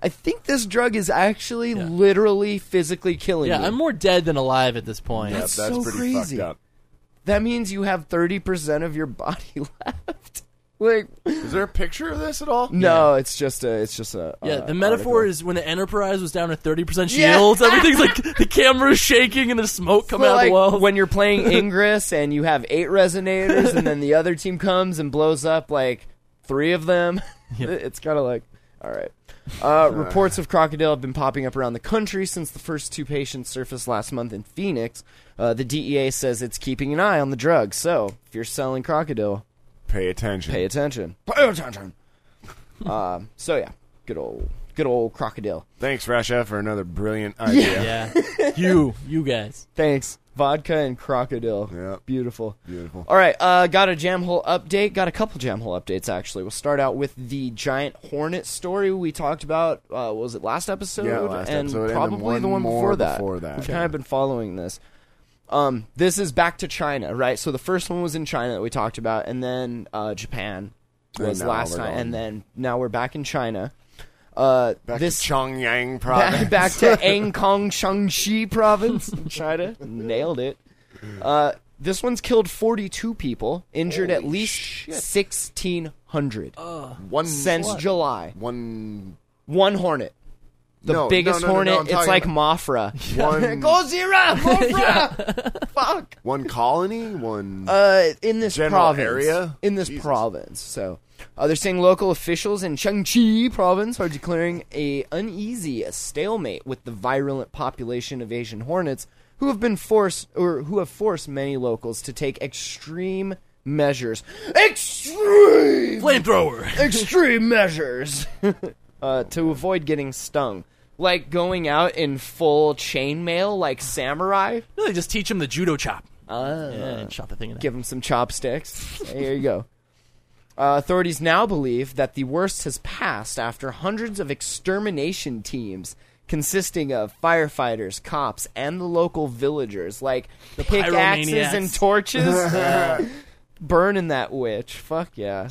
S1: I think this drug is actually literally physically killing
S3: yeah,
S1: you.
S3: I'm more dead than alive at this point.
S2: Yep,
S1: That's
S2: that's
S1: so
S2: pretty
S1: crazy.
S2: fucked up.
S1: that means you have thirty percent of your body left. like,
S2: Is there a picture of this at all?
S1: no, it's just a, it's just a.
S3: Yeah,
S1: uh,
S3: the metaphor
S1: article.
S3: is when the Enterprise was down to 30%
S1: Yeah.
S3: shields, everything's like the camera's shaking and there's smoke coming
S1: But,
S3: out of
S1: like,
S3: the walls.
S1: when you're playing Ingress and you have eight resonators, and then the other team comes and blows up like three of them. It's kind of like, all right. Uh, reports of crocodile have been popping up around the country since the first two patients surfaced last month in Phoenix. Uh, the DEA says it's keeping an eye on the drug, so if you're selling crocodile,
S2: Pay attention.
S1: pay attention. Pay attention. um, so yeah, good old, good old crocodile.
S2: Thanks, Russia, for another brilliant idea.
S3: yeah. you, you guys.
S1: Thanks. Vodka and crocodile.
S2: Yep.
S1: Beautiful.
S2: Beautiful.
S1: All right, uh, got a jam hole update. Got a couple jam hole updates actually. We'll start out with the giant hornet story we talked about. Uh, what was it last episode?
S2: Yeah, last
S1: and
S2: episode, and then
S1: probably
S2: one
S1: the one
S2: more
S1: before that.
S2: before that.
S1: We've kind of been following this. Um, this is back to China, right? So the first one was in China that we talked about, and then uh, Japan
S2: And
S1: was
S2: now
S1: last
S2: we're
S1: time,
S2: going-
S1: and then now we're back in China. Uh,
S2: Back
S1: this
S2: to Chongyang
S1: back,
S2: province.
S1: back to Angkong Shangxi province in China. Nailed it. Uh, this one's killed 42 people, injured at least 1,600
S2: one
S1: since July.
S2: one
S1: One hornet. The
S2: No,
S1: biggest
S2: no, no, no, no,
S1: hornet.
S2: I'm
S1: it's
S2: talking
S1: like
S2: about-
S1: Mafra.
S2: one
S1: Gojira! Mafra! Fuck.
S2: one colony, one
S1: Uh, in this
S2: General
S1: province.
S2: area?
S1: In this
S2: Jesus.
S1: province. So, uh, they're saying local officials in Changchi province are declaring a uneasy a stalemate with the virulent population of Asian hornets, who have been forced or who have forced many locals to take extreme measures. Extreme
S3: Flamethrower.
S1: extreme measures uh, to avoid getting stung. Like going out in full chainmail, like samurai.
S3: No, they just teach him the judo chop. yeah, and chop the thing in the
S1: Oh. Give him some chopsticks. Hey, here you go. Uh, authorities now believe that the worst has passed after hundreds of extermination teams consisting of firefighters, cops, and the local villagers, like pickaxes and
S3: pyromaniacs.
S1: torches, burning that witch. Fuck yeah.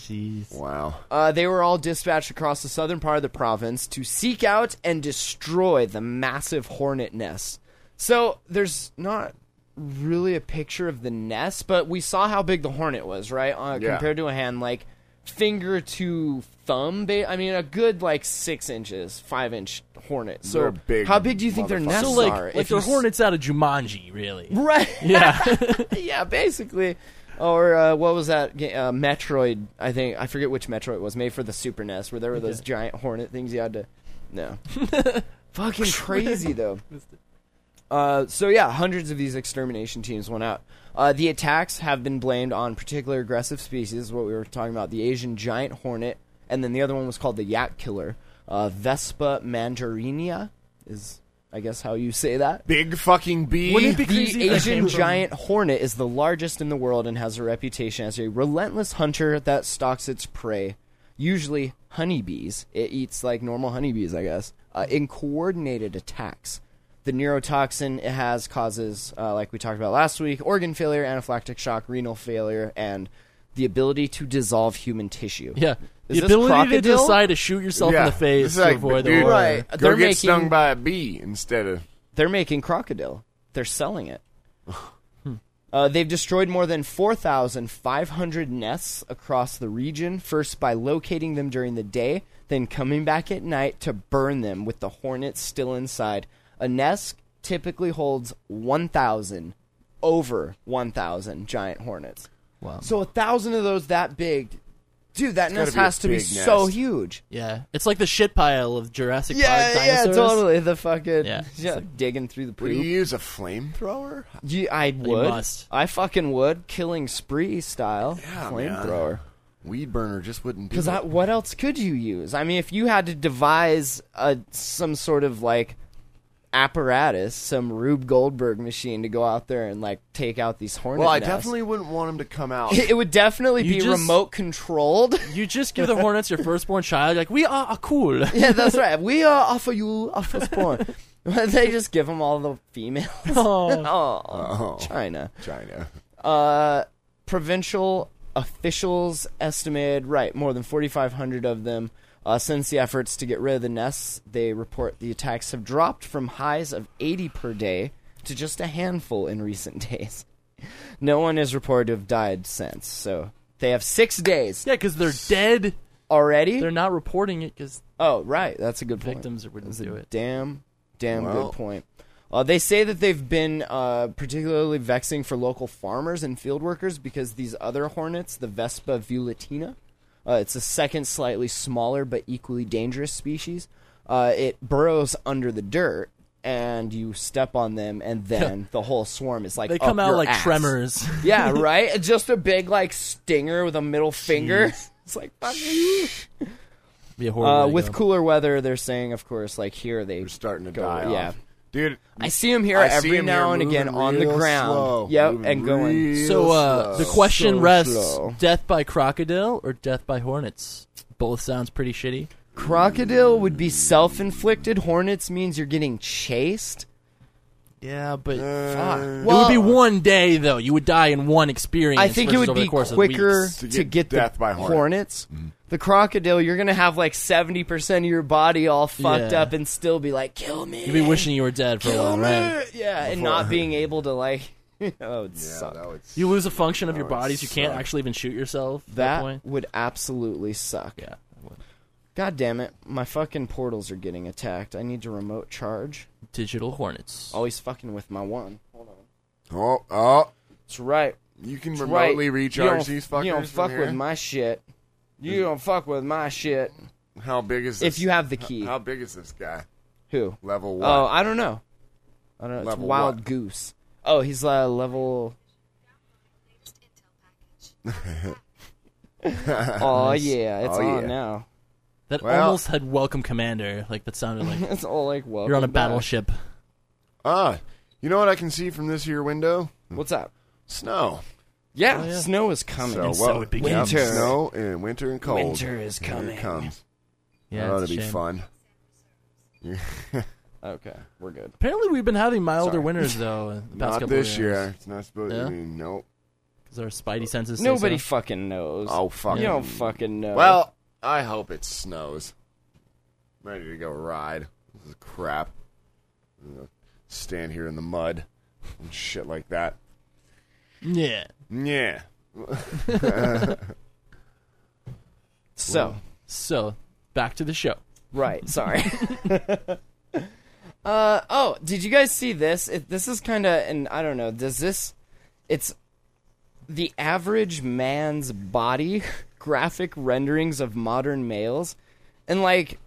S2: Wow.
S1: Uh, they were all dispatched across the southern part of the province to seek out and destroy the massive hornet nest. So there's not really a picture of the nest, but we saw how big the hornet was, right? Uh,
S2: Yeah.
S1: Compared to a hand, like finger to thumb. Ba- I mean, a good like six inches, five inch hornet. So
S2: They're big
S1: how big do you think their
S2: motherfuckers.
S1: nests
S3: So,
S1: are?
S3: like, like
S1: If
S3: they're
S1: you s-
S3: hornets out of Jumanji, really.
S1: right?
S3: Yeah.
S1: yeah, basically. Or uh, what was that ga- uh, Metroid? I think I forget which Metroid it was made for the Super NES, where there were those giant hornet things you had to. No, fucking crazy though. Uh, so yeah, hundreds of these extermination teams went out. Uh, the attacks have been blamed on particular aggressive species. What we were talking about, the Asian giant hornet, and then the other one was called the yak killer. Uh, Vespa mandarinia is, I guess, how you say that.
S2: Big fucking bee.
S3: Wouldn't it be crazy
S1: The
S3: if it came
S1: Asian
S3: from-
S1: giant hornet is the largest in the world and has a reputation as a relentless hunter that stalks its prey, usually honeybees. It eats like normal honeybees, I guess, uh, in coordinated attacks. The neurotoxin it has causes, uh, like we talked about last week, organ failure, anaphylactic shock, renal failure, and the ability to dissolve human tissue.
S3: Yeah.
S1: Is
S3: the
S1: this
S3: ability to
S1: crocodile?
S3: decide to shoot yourself
S2: yeah.
S3: in the face
S2: It's
S3: to
S2: like,
S3: avoid the
S2: dude,
S3: war.
S1: Right.
S2: Go
S1: They're
S2: get
S1: making-
S2: stung by a bee instead of.
S1: They're making crocodile. They're selling it.
S2: Hmm.
S1: Uh, they've destroyed more than 4,500 nests across the region, first by locating them during the day, then coming back at night to burn them with the hornets still inside. A nest typically holds 1,000, over 1,000 giant hornets. Wow. So a thousand of those that big. Dude, that nest
S2: be a
S1: has to be
S2: big
S1: so
S2: nest.
S1: huge.
S3: Yeah. It's like the shit pile of Jurassic
S1: Yeah,
S3: Park
S1: yeah,
S3: dinosaurs.
S1: totally. The fucking
S3: Yeah.
S1: yeah, digging through the poop.
S2: Would you use a flamethrower?
S1: Ye- I would.
S3: must.
S1: I fucking would. Killing spree style
S2: Yeah,
S1: flamethrower.
S2: Weed burner just wouldn't do
S1: Because
S2: it.
S1: what else could you use? I mean, if you had to devise a some sort of like apparatus, some Rube Goldberg machine to go out there and like take out these hornets.
S2: well, I definitely wouldn't want him to come out.
S1: It would definitely
S3: You
S1: be
S3: just-
S1: remote controlled.
S3: You just give the Hornets your firstborn child. You're like, we are a cool.
S1: yeah, that's right. We are off of you, off of spawn. they just give them all the females.
S3: Oh.
S1: oh, China.
S2: China.
S1: Uh, provincial officials estimated right more than 4,500 of them. Uh, since the efforts to get rid of the nests, they report the attacks have dropped from highs of 80 per day to just a handful in recent days. No one is reported to have died since, so they have six days
S3: Yeah, because they're dead.
S1: already.
S3: They're not reporting it because
S1: oh, right, that's a good point.
S3: victims wouldn't
S1: That's a
S3: do it.
S1: Damn, damn
S2: Well.
S1: good point. Uh, they say that they've been uh, particularly vexing for local farmers and field workers because these other hornets, the Vespa vulatina, uh, it's the second slightly smaller but equally dangerous species. Uh, it burrows under the dirt, and you step on them, and then the whole swarm is like
S3: They come
S1: up
S3: out
S1: your
S3: like
S1: ass.
S3: tremors.
S1: Yeah, right. Just a big like stinger with a middle finger. It's like fuck you.
S3: Be a horrible
S1: Uh,
S3: way to
S1: with
S3: go.
S1: cooler weather, they're saying, of course, like here they
S2: They're starting to
S1: go,
S2: die
S1: Yeah,
S2: off. Dude,
S1: I see him here
S2: I see
S1: every
S2: 'em here
S1: now and again
S2: moving
S1: on the
S2: real
S1: ground.
S2: slow,
S1: Yep,
S2: moving
S1: and going.
S2: real
S3: So uh,
S2: slow.
S3: the question
S1: So
S3: rests:
S1: slow.
S3: death by crocodile or death by hornets? Both sounds pretty shitty.
S1: Crocodile would be self-inflicted. Hornets means you're getting chased.
S3: Yeah, but
S1: Fuck.
S3: Uh, it would be one day though. You would die in one experience.
S1: I think it
S3: versus
S1: would
S3: over
S1: be
S3: the course of
S1: quicker
S3: weeks.
S1: to
S2: To
S1: get,
S2: get death
S1: the
S2: by hornet.
S1: hornets.
S3: Mm-hmm.
S1: The crocodile, you're gonna have like seventy percent of your body all fucked
S3: Yeah.
S1: up and still be like, "Kill me."
S3: You'd be wishing you were dead for a
S1: Kill
S3: while,
S1: me.
S3: right?
S1: Yeah, and not being able to like. oh, it
S2: Yeah,
S1: suck.
S2: that would
S3: You lose a function of your
S2: Oh, it
S3: bodies. You can't
S2: sucks.
S3: actually even shoot yourself. At that,
S1: That
S3: point.
S1: would absolutely suck.
S3: Yeah.
S1: God damn it. My fucking portals are getting attacked. I need to remote charge.
S3: Digital hornets.
S1: Always fucking with my one.
S2: Oh, oh.
S1: That's right.
S2: You can
S1: That's
S2: remotely
S1: right.
S2: recharge
S1: you don't,
S2: these fuckers.
S1: You don't fuck
S2: from
S1: with
S2: here?
S1: my shit. You don't fuck with my shit.
S2: How big is this?
S1: If you have the key.
S2: How big is this guy?
S1: Who?
S2: Level one.
S1: Oh, I don't know. I don't know. It's
S2: Level
S1: Wild
S2: what?
S1: Goose. Oh, he's uh, level. oh, yeah. It's
S2: Oh,
S1: on
S2: yeah.
S1: now.
S3: that
S2: well-
S3: almost had welcome commander. Like that sounded like
S1: It's all like, well.
S3: you're on a battleship.
S2: Ah, you know what I can see from this here window?
S1: What's up?
S2: Snow.
S1: Yeah,
S3: Oh, yeah.
S1: snow is coming.
S2: So,
S3: so
S2: well,
S3: it begins.
S2: yeah,
S1: Winter.
S2: snow and winter and cold.
S1: Winter is
S2: Here
S1: coming.
S2: it comes.
S3: Yeah,
S2: oh,
S3: it's
S2: that'd
S3: a
S2: be
S3: shame.
S2: fun.
S1: Okay, we're good.
S3: Apparently, we've been having milder
S2: Sorry.
S3: winters though. in The past
S2: Not
S3: couple
S2: this
S3: of years.
S2: year. It's not supposed
S3: Yeah?
S2: to be. Nope.
S3: Because our spidey senses. say
S1: Nobody
S3: so.
S1: fucking knows.
S2: Oh, fuck.
S1: You don't fucking know.
S2: Well, I hope it snows. I'm ready to go ride. This is crap. I'm gonna Stand here in the mud and shit like that.
S3: yeah.
S2: Yeah.
S1: so
S3: So back to the show.
S1: right. Sorry. uh oh. Did you guys see this? It, this is kind of and I don't know. Does this? It's the average man's body graphic renderings of modern males and like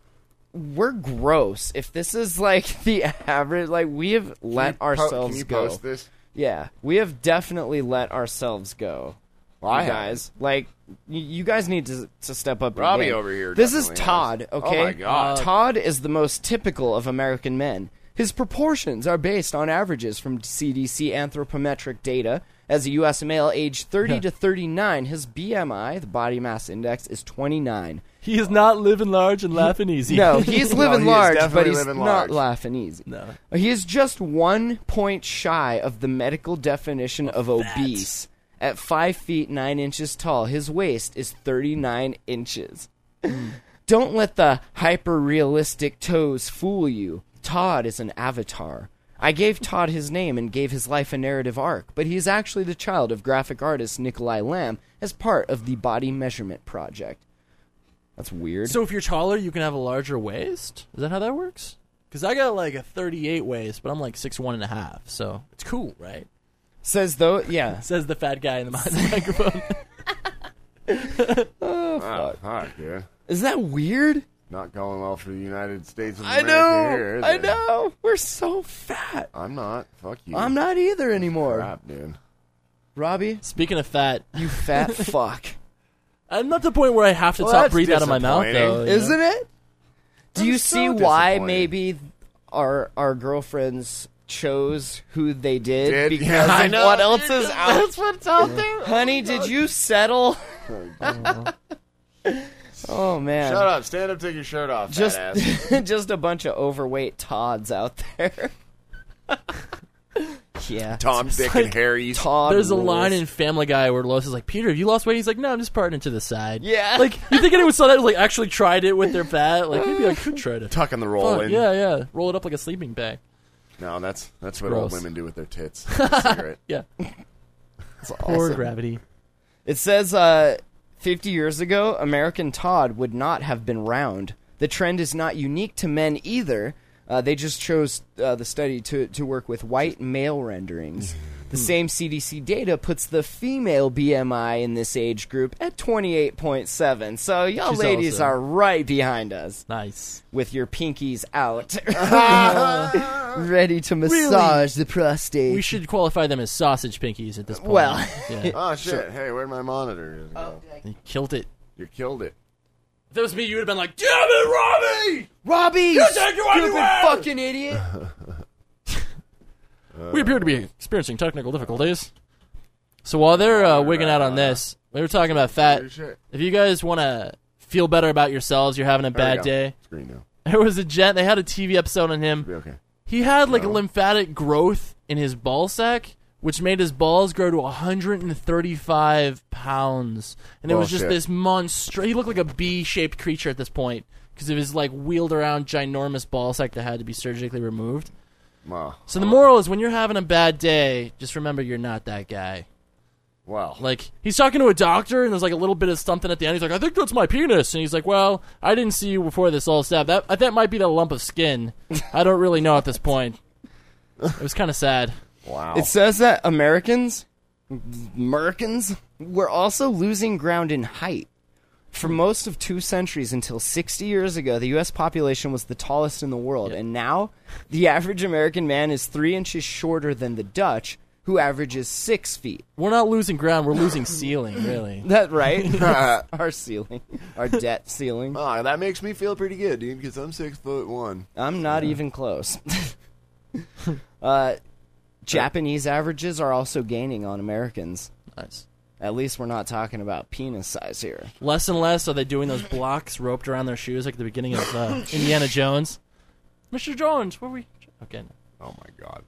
S1: we're gross if this is like the average like we have let
S2: Po-
S1: ourselves
S2: Can you
S1: go
S2: post this?
S1: yeah we have definitely let ourselves go
S2: I
S1: you guys like y- you guys need to to step up your
S2: Robbie
S1: game.
S2: over here
S1: this is
S2: definitely
S1: todd
S2: has.
S1: okay Uh,
S2: Oh my God.
S1: todd is the most typical of american men his proportions are based on averages from cdc anthropometric data as a U.S. male aged 30 to 39, his BMI, the body mass index, is 29.
S3: He is not living large and laughing easy.
S1: No, he's living
S2: he is
S1: large, but
S2: definitely
S1: he's
S2: living large.
S1: not laughing easy. No. He is just one point shy of the medical definition of obese. At five feet nine inches tall, his waist is thirty nine inches. Don't let the hyper realistic toes fool you. Todd is an avatar. I gave Todd his name and gave his life a narrative arc, but he is actually the child of graphic artist Nikolai Lamb as part of the Body Measurement Project. That's weird.
S3: So if you're taller, you can have a larger waist. Is that how that works? Because I got like a 38 waist, but I'm like six one and a half. So it's cool, right?
S1: Says though, yeah.
S3: Says the fat guy in the mi- microphone.
S2: Oh, fuck, dude.
S1: Is that weird?
S2: Not going well for the United States of
S1: I
S2: America here,
S1: know.
S2: is
S1: I
S2: it?
S1: know. We're so fat.
S2: I'm not. Fuck you.
S1: I'm not either anymore.
S2: Crap, dude.
S1: Robbie,
S3: Speaking of fat,
S1: you fat fuck.
S3: I'm not the point where I have to
S2: Well,
S3: stop
S2: that's
S3: breathing out of my mouth,
S2: disappointing.
S3: though. you know?
S1: Isn't it? Do you
S2: so
S1: see why
S2: disappointed.
S1: maybe our our girlfriends chose who they did,
S2: Did?
S1: because
S2: Yeah, I
S1: of
S2: know.
S1: what else is out? That's what's out there. Oh, Honey, did you settle? oh man.
S2: Shut up. Stand up. Take your shirt off.
S1: just
S2: fat ass.
S1: just a bunch of overweight Tods out there. yeah,
S2: Tom, Dick, and Harry's.
S1: Todd.
S3: There's a
S1: rules.
S3: line in Family Guy where Lois is like, "Peter, have you lost weight?" He's like, "No, I'm just parting to the side."
S1: Yeah.
S3: Like you think anyone saw that? Like actually tried it with their fat? Like maybe I could try to.
S2: Tucking the roll
S3: Fuck,
S2: in.
S3: yeah, yeah. Roll it up like a sleeping bag.
S2: No, that's that's what old
S3: Gross.
S2: women do with their tits. A cigarette.
S3: Yeah.
S1: It's
S3: Or
S1: awesome.
S3: gravity.
S1: It says uh, 50 years ago, American Todd would not have been round. The trend is not unique to men either. Uh, they just chose uh, the study to, to work with white male renderings. The same CDC data puts the female BMI in this age group at 28.7. So, y'all
S3: She's
S1: ladies
S3: awesome.
S1: are right behind us.
S3: Nice.
S1: with your pinkies out, ready to massage the prostate.
S3: We should qualify them as sausage pinkies at this point.
S1: Well.
S3: yeah.
S2: Oh shit! Hey, where'd my monitor go?
S3: They killed it.
S2: You killed it.
S3: If that was me, you would have been like, "Damn it, Robbie!"
S1: Robbie, you
S3: take you
S1: stupid
S3: anywhere!
S1: fucking idiot!
S3: we appear to be experiencing technical difficulties. So while they're uh, wigging out on this, we were talking about fat.
S2: Your shit.
S3: If you guys want to feel better about yourselves, you're having a
S2: There we
S3: bad
S2: go.
S3: day.
S2: It's green now.
S3: There was a gent. They had a TV episode on him.
S2: Be okay.
S3: He had like a lymphatic growth in his ball sack, which made his balls grow to 135 pounds, and it was just
S2: Bullshit.
S3: this monster. He looked like a bee-shaped creature at this point because of his like wheeled around ginormous ball sack that had to be surgically removed.
S2: Wow.
S3: So the moral is when you're having a bad day, just remember you're not that guy.
S2: Wow.
S3: Like he's talking to a doctor and there's like a little bit of something at the end. He's like, "I think that's my penis." And he's like, "Well, I didn't see you before this all stab. That that might be that lump of skin. I don't really know at this point." It was kind of sad.
S2: wow.
S1: It says that Americans, Americans, were also losing ground in height. For most of two centuries until 60 years ago, the U.S. population was the tallest in the world, and now the average American man is three inches shorter than the Dutch, who averages six feet.
S3: We're not losing ground. We're losing ceiling, really.
S1: That right? our ceiling, our debt ceiling.
S2: Ah, that makes me feel pretty good, dude, because I'm six foot one.
S1: I'm not even close. uh, Japanese averages are also gaining on Americans.
S3: Nice.
S1: At least we're not talking about penis size here.
S3: Less and less are they doing those blocks roped around their shoes like at the beginning of uh, Indiana Jones. Mr. Jones, where we? Okay.
S2: Oh my god.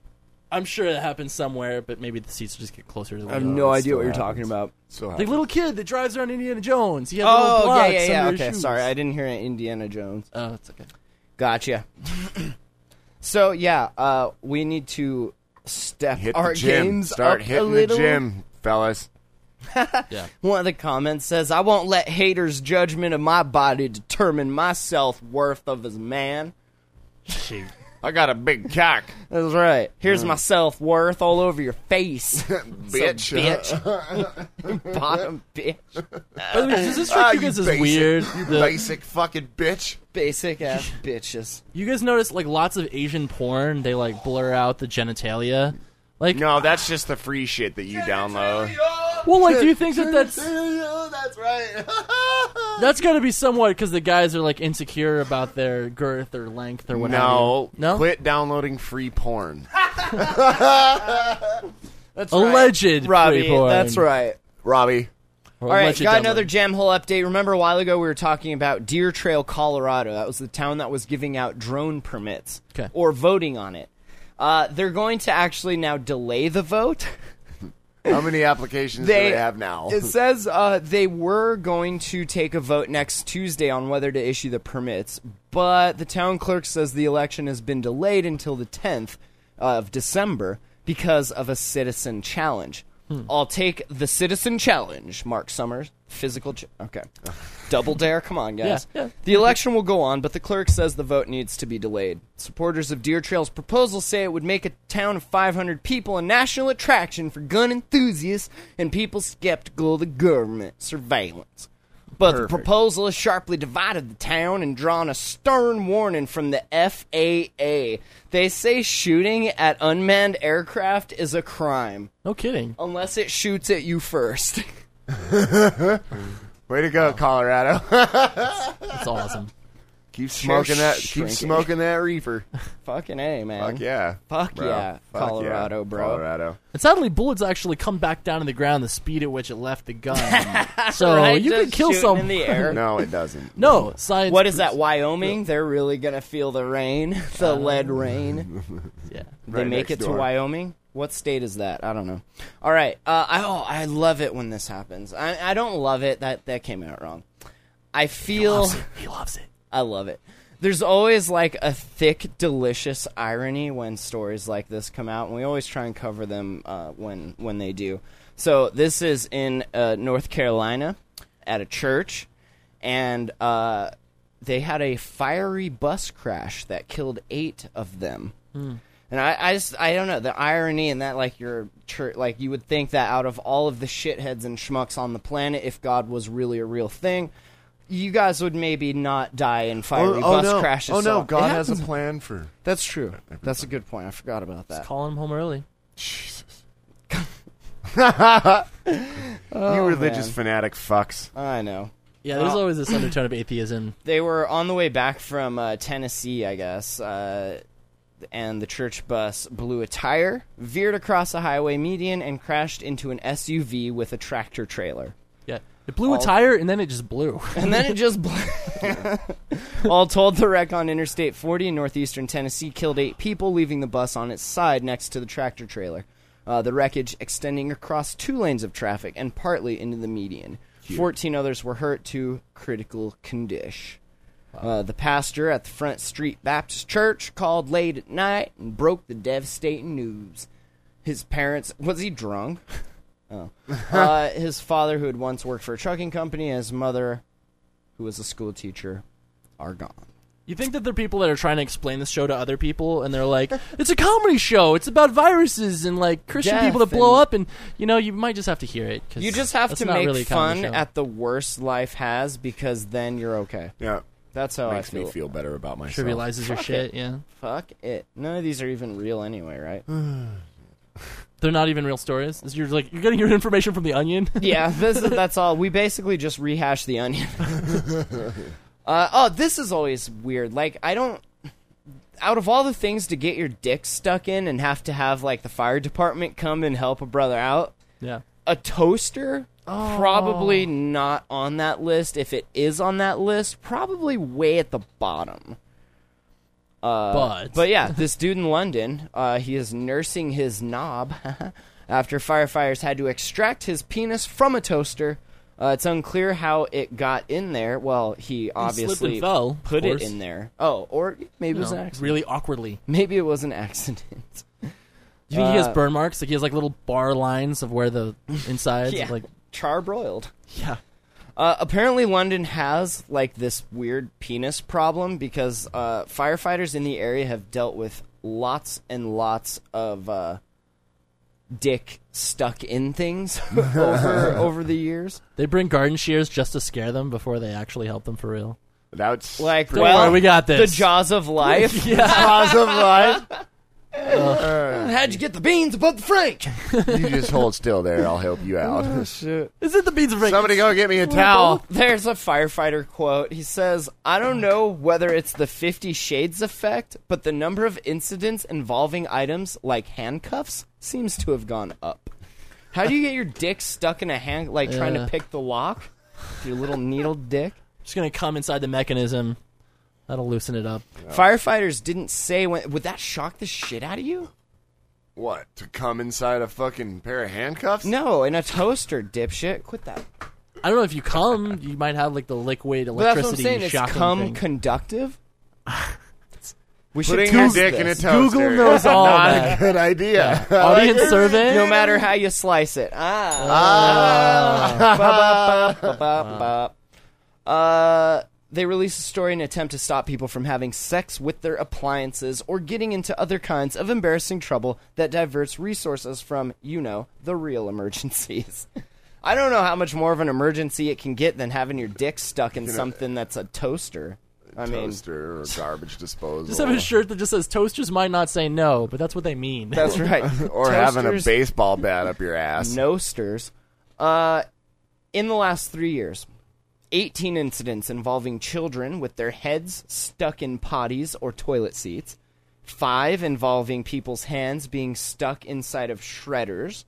S3: I'm sure that happens somewhere, but maybe the seats just get closer to the
S1: I have
S3: window.
S1: no
S2: it
S1: idea what
S2: still
S1: you're talking about.
S2: happens. So
S3: The
S2: happy.
S3: little kid that drives around Indiana Jones. He had little
S1: Oh, yeah, yeah,
S3: blocks under
S1: yeah.
S3: his
S1: Okay,
S3: shoes.
S1: sorry. I didn't hear Indiana Jones.
S3: Oh, it's okay.
S1: Gotcha. so, yeah, uh, we need to step
S2: hit
S1: our
S2: the gym.
S1: games up
S2: Start
S1: a
S2: hitting
S1: little.
S2: the gym, fellas.
S1: One of the comments says, I won't let haters' judgment of my body determine my self worth of as a man.
S2: I got a big cock,
S1: That's right.
S2: Mm.
S1: Here's my self worth all over your face.
S2: bitch.
S1: bitch. Bottom bitch.
S3: By the way, does this
S2: Ah,
S3: strike you guys as
S2: basic-
S3: weird?
S2: You
S3: The-
S2: basic fucking bitch.
S1: Basic ass bitches.
S3: you guys notice like lots of Asian porn, they like blur out the genitalia. Like,
S2: No, that's just the free shit that you download.
S3: well, like, do you think that that's
S2: that's right.
S3: that's got to be somewhat because the guys are like insecure about their girth or length or whatever.
S2: no,
S3: no,
S2: Quit downloading free porn.
S1: That's
S3: alleged free
S1: right. Robbie,
S3: porn.
S1: that's right.
S2: Robbie,
S1: All right,
S3: Alleged
S1: got
S3: download.
S1: another jam hole update. Remember a while ago we were talking about Deer Trail, Colorado. That was the town that was giving out drone permits
S3: 'Kay.
S1: or voting on it. Uh, they're going to actually now delay the vote.
S2: how many applications do they have now?
S1: It says uh, they were going to take a vote next Tuesday on whether to issue the permits, but the town clerk says the election has been delayed until the 10th of December because of a citizen challenge.
S3: Hmm.
S1: I'll take the citizen challenge, Mark Summers. Physical. Ch- okay. Double dare? Come on, guys.
S3: Yeah, yeah.
S1: The election will go on, but the clerk says the vote needs to be delayed. Supporters of Deer Trail's proposal say it would make a town of 500 people a national attraction for gun enthusiasts and people skeptical of the government surveillance. But the proposal has sharply divided the town and drawn a stern warning from the FAA. They say shooting at unmanned aircraft is a crime
S3: No kidding.
S1: unless it shoots at you first.
S2: Way to go, Colorado.
S3: That's
S1: Oh.
S3: awesome.
S2: keep smoking that. Keep
S1: shrinking.
S2: smoking that reefer.
S1: Fucking A, man.
S2: Fuck yeah.
S1: Fuck
S2: bro.
S1: yeah,
S2: Fuck yeah,
S1: Colorado, bro.
S2: Colorado.
S3: And sadly, bullets actually come back down to the ground the speed at which it left the gun. so
S1: Right,
S3: Oh, you
S1: just
S3: could kill
S1: shooting
S3: someone.
S1: in the air.
S2: No, it doesn't.
S3: No, science.
S1: What is that?
S3: proves-
S1: Wyoming? They're really gonna feel the rain, the lead rain.
S3: Yeah.
S1: They
S2: Right
S1: make it
S2: next
S1: to
S2: door.
S1: Wyoming. What state is that? I don't know. All right. Uh, I oh, I love it when this happens. I I don't love it. That that came out wrong. I feel
S3: He loves it.
S1: I love it. There's always like a thick, delicious irony when stories like this come out, and we always try and cover them uh, when when they do. So this is in uh, North Carolina at a church, and uh, they had a fiery bus crash that killed eight of them. And I, I just, I don't know the irony in that. Like your church, like you would think that out of all of the shitheads and schmucks on the planet, if God was really a real thing, you guys would maybe not die in fiery bus
S2: no.
S1: crashes.
S2: Oh
S1: so
S2: no,
S1: it
S2: God has a
S1: happens.
S2: plan for.
S1: That's true. That's a good point. I forgot about that.
S3: Calling Uh, him home early.
S2: Jesus. you religious
S1: Oh, man.
S2: fanatic fucks.
S1: I know.
S3: Yeah, there's
S1: Oh.
S3: always this undertone of atheism.
S1: They were on the way back from uh, Tennessee, I guess, uh, and the church bus blew a tire, veered across a highway median, and crashed into an SUV with a tractor trailer.
S3: Yeah, it blew a tire and then it just blew.
S1: and then it just blew. All told, the wreck on Interstate 40 in northeastern Tennessee killed eight people, leaving the bus on its side next to the tractor trailer. Uh, the wreckage extending across two lanes of traffic and partly into the median. 14 others were hurt to critical condition. Uh, the pastor at the Front Street Baptist Church called late at night and broke the devastating news. His parents. Was he drunk? uh, his father, who had once worked for a trucking company, and his mother, who was a school teacher, are gone.
S3: you think that they're people that are trying to explain this show to other people, and they're like, "It's a comedy show. It's about viruses and like Christian
S1: Death
S3: people that blow
S1: and-
S3: up." And you know, you might just have to hear it. 'cause
S1: You just have
S3: that's
S1: to
S3: not
S1: make
S3: really a comedy
S1: fun
S3: show.
S1: at the worst life has because then you're okay.
S2: Yeah,
S1: That's how Oh,
S2: makes
S1: I feel.
S2: me feel better about myself.
S3: trivializes your shit. Yeah,
S1: Fuck it. None of these are even real anyway, right?
S3: they're not even real stories. It's- You're like you're getting your information from the Onion.
S1: yeah, this is, that's all. We basically just rehash the onion. uh, oh, this is always weird. Like I don't. Out of all the things to get your dick stuck in and have to have like the fire department come and help a brother out,
S3: yeah,
S1: a toaster
S3: Oh.
S1: probably not on that list if it is on that list probably way at the bottom
S3: Uh, but
S1: but yeah this dude in london uh, he is nursing his knob after firefighters had to extract his penis from a toaster uh, it's unclear how it got in there well he obviously
S3: fell, of
S1: put it
S3: course.
S1: in there oh or maybe it
S3: you
S1: was
S3: know,
S1: an accident
S3: really awkwardly.
S1: maybe it was an accident
S3: Do you think he has burn marks? Like he has like little bar lines of where the insides of,
S1: yeah
S3: like
S1: charbroiled
S3: yeah.
S1: Uh, apparently, London has like this weird penis problem because uh, firefighters in the area have dealt with lots and lots of uh, dick stuck in things over over the years.
S3: They bring garden shears just to scare them before they actually help them for real.
S2: That's
S1: Like,
S2: pretty-
S1: well,
S3: worry, we got this.
S1: The jaws of life.
S2: Jaws of life.
S1: How'd you get the beans above the Frank?
S2: You just hold still there. I'll help you
S1: Oh,
S2: out.
S3: Is it the beads of
S2: Somebody go get me a towel.
S1: There's a firefighter quote. He says, I don't know whether it's the 50 Shades effect, but the number of incidents involving items like handcuffs seems to have gone up. How do you get your dick stuck in a hand, like trying to
S3: Yeah.
S1: pick the lock? With Your little needle dick?
S3: Just gonna come inside the mechanism. That'll loosen it up.
S1: Firefighters didn't say when. Would that shock the shit out of you?
S2: What? To come inside a fucking pair of handcuffs?
S1: No, in a toaster, dipshit. Quit that.
S3: I don't know if you come, you might have like the liquid
S1: But that's what I'm
S3: electricity
S1: saying. Is
S3: shocking
S1: cum
S3: thing.
S1: conductive? We should
S2: Putting your
S1: test
S2: dick in a
S1: this.
S2: toaster.
S3: Google knows all
S2: Not a
S3: that.
S2: good idea.
S3: Oh, Audience survey.
S1: No matter how you slice it. Ah. Ba, ba, ba, ba. Uh, they released a story in an attempt to stop people from having sex with their appliances or getting into other kinds of embarrassing trouble that diverts resources from, you know, the real emergencies. I don't know how much more of an emergency it can get than having your dick stuck in something that's a toaster. I mean,
S2: toaster or garbage disposal.
S3: Just have a shirt that just says "Toasters might not say no," but that's what they mean.
S1: that's right.
S2: or having a
S1: Toasters-
S2: baseball bat up your ass.
S1: Nosters. Uh, in the last three years, 18 incidents involving children with their heads stuck in potties or toilet seats, five involving people's hands being stuck inside of shredders.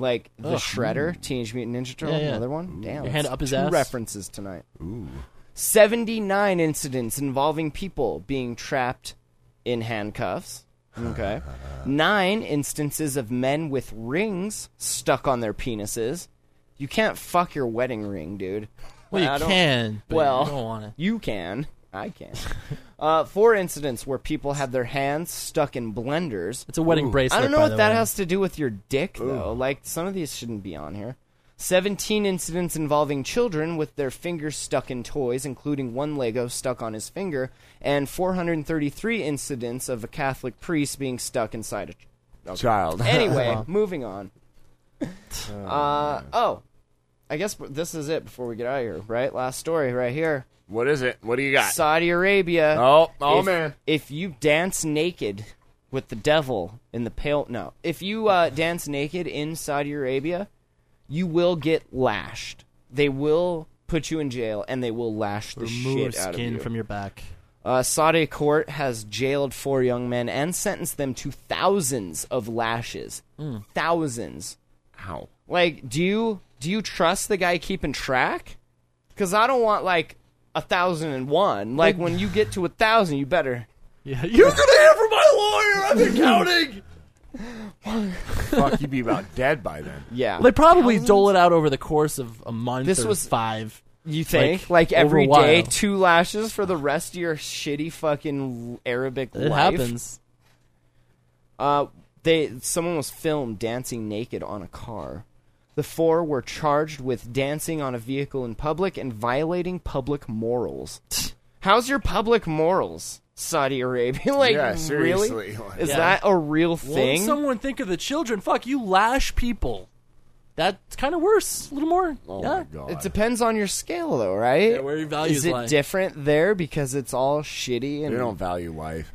S1: Like the shredder, Teenage Mutant Ninja Turtle,
S3: Yeah, yeah.
S1: another one. Damn,
S3: Your hand
S1: that's
S3: up his
S1: two
S3: ass.
S1: References tonight. Ooh. Seventy-nine incidents involving people being trapped in handcuffs. Okay. Nine instances of men with rings stuck on their penises. You can't fuck your wedding ring, dude.
S3: well, you
S1: I don't-
S3: can. But
S1: well,
S3: you don't want it.
S1: You can. I can. uh, four incidents where people had their hands stuck in blenders.
S3: It's a wedding bracelet.
S1: I don't know
S3: by
S1: what
S3: the
S1: that
S3: way.
S1: has to do with your dick, though. Like, some of these shouldn't be on here. 17 incidents involving children with their fingers stuck in toys, including one Lego stuck on his finger, and 433 incidents of a Catholic priest being stuck inside a.
S2: Child.
S1: Anyway, moving on.
S3: Oh,
S1: Uh, oh, I guess this is it before we get out of here, right? Last story right here.
S2: What is it? What do you got?
S1: Saudi Arabia.
S2: Oh, oh,
S1: if,
S2: man.
S1: If you dance naked with the devil in the pale, no. If you uh, dance naked in Saudi Arabia, you will get lashed. They will put you in jail and they will lash the
S3: Remove
S1: shit out of
S3: skin
S1: you.
S3: from your back.
S1: uh, Saudi court has jailed four young men and sentenced them to thousands of lashes.
S3: Hmm.
S1: Thousands.
S2: Ow.
S1: Like, do you do you trust the guy keeping track? Because I don't want like a thousand and one. Like when you get to a thousand, you better.
S3: Yeah, you're gonna hear from my lawyer. I've been counting.
S2: Fuck, you'd be about dead by then.
S1: Yeah,
S3: They probably dole it out over the course of a month.
S1: This
S3: or
S1: was-
S3: five.
S1: you think like,
S3: over
S1: every
S3: a while.
S1: day two lashes for the rest of your shitty fucking Arabic
S3: It
S1: life.
S3: happens.
S1: Uh, they someone was filmed dancing naked on a car. The four were charged with dancing on a vehicle in public and violating public morals. How's your public morals, Saudi Arabia? like,
S2: Yeah, seriously.
S1: really?
S2: Like-
S1: Is
S3: Yeah.
S1: that a real
S3: Won't
S1: thing?
S3: someone think of the children? Fuck, you lash people. That's kind of worse. A little more.
S2: Oh
S3: yeah.
S2: my god.
S1: it depends on your scale, though, right?
S3: Yeah, where your values
S1: Is it
S3: lie.
S1: different there because it's all shitty and
S2: they don't value life.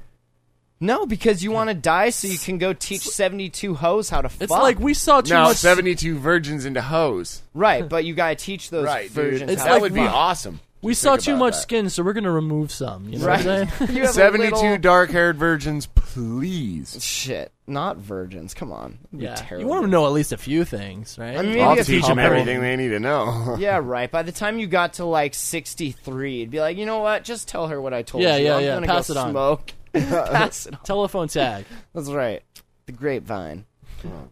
S1: No, because you want to die so you can go teach 72 hoes how to fuck.
S3: It's like we saw too
S2: Now,
S3: much.
S2: 72 virgins into hoes.
S1: Right, but you got to teach those
S2: Right, dude.
S1: virgins
S3: It's
S1: how
S2: that
S3: like-
S1: to
S2: would be awesome.
S3: we
S2: Just
S3: saw
S2: think
S3: too
S2: about
S3: much
S2: that.
S3: skin, so we're gonna remove some. You know
S1: Right.
S3: what I'm saying?
S1: You have a
S2: 72
S1: little-
S2: dark-haired virgins, please.
S1: Shit, not virgins. Come on. That'd be
S3: Yeah.
S1: terrible.
S3: You want to know at least a few things, right?
S1: I mean, maybe
S2: I'll
S1: a
S2: teach them
S1: couple.
S2: everything they need to know.
S1: Yeah, right. By the time you got to like 63, it'd be like, you know what? Just tell her what I told
S3: Yeah,
S1: you.
S3: yeah,
S1: I'm
S3: yeah.
S1: gonna
S3: Pass
S1: go
S3: it on.
S1: smoke. Pass it on.
S3: Telephone tag.
S1: That's right. The grapevine.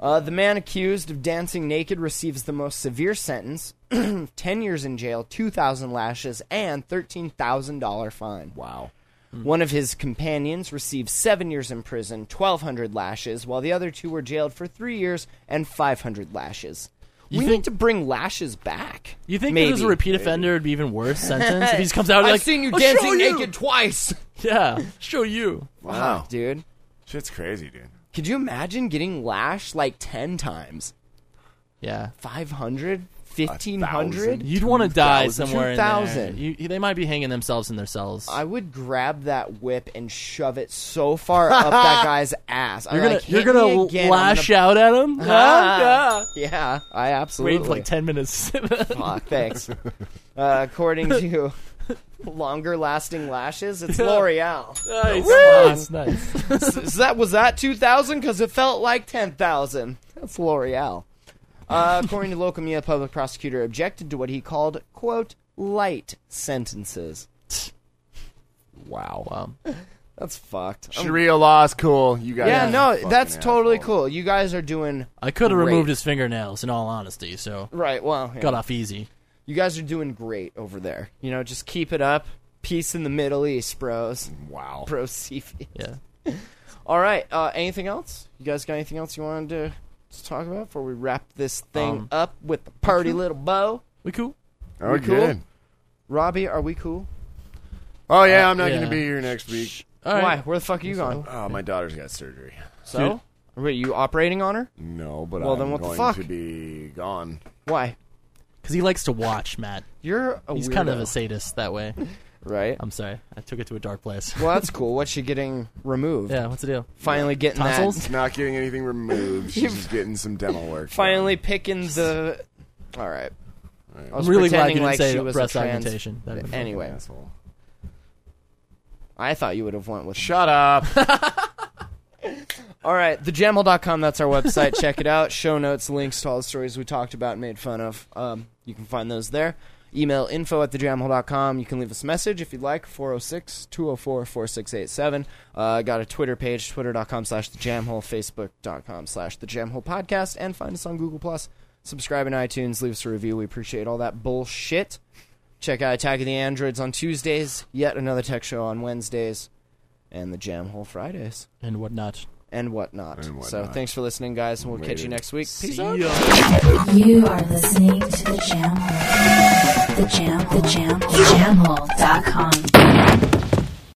S1: Uh, the man accused of dancing naked receives the most severe sentence 10 years in jail, 2,000 lashes, and $13,000 fine.
S2: Wow.
S1: One of his companions received seven years in prison, 1,200 lashes, while the other two were jailed for three years and 500 lashes.
S3: You
S1: we
S3: think
S1: need to bring lashes back.
S3: you think if
S1: maybe.
S3: it was a repeat offender, it'd be even worse sentence if he just comes out
S1: I've
S3: like,
S1: seen you
S3: "I'll show
S1: dancing
S3: you."
S1: naked twice,
S3: Yeah, show you.
S2: Wow,
S1: dude.
S2: shit's crazy, dude.
S1: Could you imagine getting lash like ten times?
S3: Yeah,
S1: 500? 1500?
S3: you'd want to die
S1: 2,000.
S3: somewhere. in there.
S1: 2,000.
S3: You- you- they might be hanging themselves in their cells.
S1: I would grab that whip and shove it so far up that guy's ass. I'm
S3: you're gonna
S1: like,
S3: you're
S1: "Hit me
S3: gonna
S1: again. I'm
S3: lash
S1: gonna-
S3: out at him.
S1: Ah, yeah, I absolutely.
S3: Wait for like ten minutes.
S1: Aw, thanks. Uh, according to longer lasting lashes, it's L'Oreal.
S3: nice, nice, nice.
S1: Is that was that two thousand? Because it felt like ten thousand. That's L'Oreal. Uh, according to Locomia, a public prosecutor objected to what he called "quote light sentences."
S3: Wow,
S1: Um,
S3: wow.
S1: That's fucked. I'm-
S2: Sharia law's cool. You guys,
S1: yeah,
S2: are
S1: no,
S2: fucking
S1: that's totally
S2: assholes.
S1: cool. You guys are doing
S3: I could have
S1: Great.
S3: removed his fingernails, in all honesty. So
S1: right. Well, yeah.
S3: got off easy.
S1: you guys are doing great over there. You know, just keep it up. Peace in the Middle East, bros.
S2: Wow.
S1: Bro, Cepheus.
S3: Yeah.
S1: All right. Uh, anything else? You guys got anything else you wanted to, to talk about before we wrap this thing
S3: Um,
S1: up with the party little bow?
S3: We cool?
S2: Are we
S1: cool?
S2: good?
S1: Robbie, are we cool?
S2: Oh yeah, I'm not
S3: yeah.
S2: gonna be here next week.
S3: All right.
S1: Why? Where the fuck are you going?
S2: Oh, my daughter's got surgery.
S1: So, wait, you operating on her?
S2: No, but
S1: Well,
S2: I'm
S1: then what the
S2: going
S1: fuck?
S2: to be gone.
S1: Why?
S3: Because he likes to watch, Matt.
S1: You're a
S3: He's
S1: weirdo,
S3: kind of a sadist that way.
S1: right?
S3: I'm sorry. I took it to a dark place.
S1: well, that's cool. What's she getting removed?
S3: yeah, what's the deal?
S1: Finally getting
S3: Tonsils?
S1: that.
S2: Not getting anything removed. She's just getting some dental work. done.
S1: Finally picking the. All right. I was
S3: I'm really glad
S1: pretending
S3: you didn't
S1: like
S3: say
S1: she was a
S3: breast
S1: trans-
S3: augmentation. That'd be-
S1: Anyway,
S2: Asshole.
S1: I thought you would have went with
S2: Shut up.
S1: All right, thegemhole.com, that's our website. Check it out. Show notes, links to all the stories we talked about and made fun of. Um, you can find those there. Email info at thejamhole.com. You can leave us a message if you'd like, 406 204 4687. Uh, I got a Twitter page, twitter.com slash thejamhole, facebook.com slash thejamhole podcast, and find us on Google. Plus. Subscribe in iTunes, leave us a review. We appreciate all that bullshit. Check out Attack of the Androids on Tuesdays, yet another tech show on Wednesdays, and the Jamhole Fridays
S3: and whatnot.
S1: and whatnot.
S2: And
S1: So
S2: whatnot.
S1: thanks for listening, guys, and we'll catch you
S2: Later.
S1: next week. Peace
S3: See
S1: out.
S3: ya.
S4: You are listening to the Jam Hole. The Jam, the Jam, the Jam Hole.com.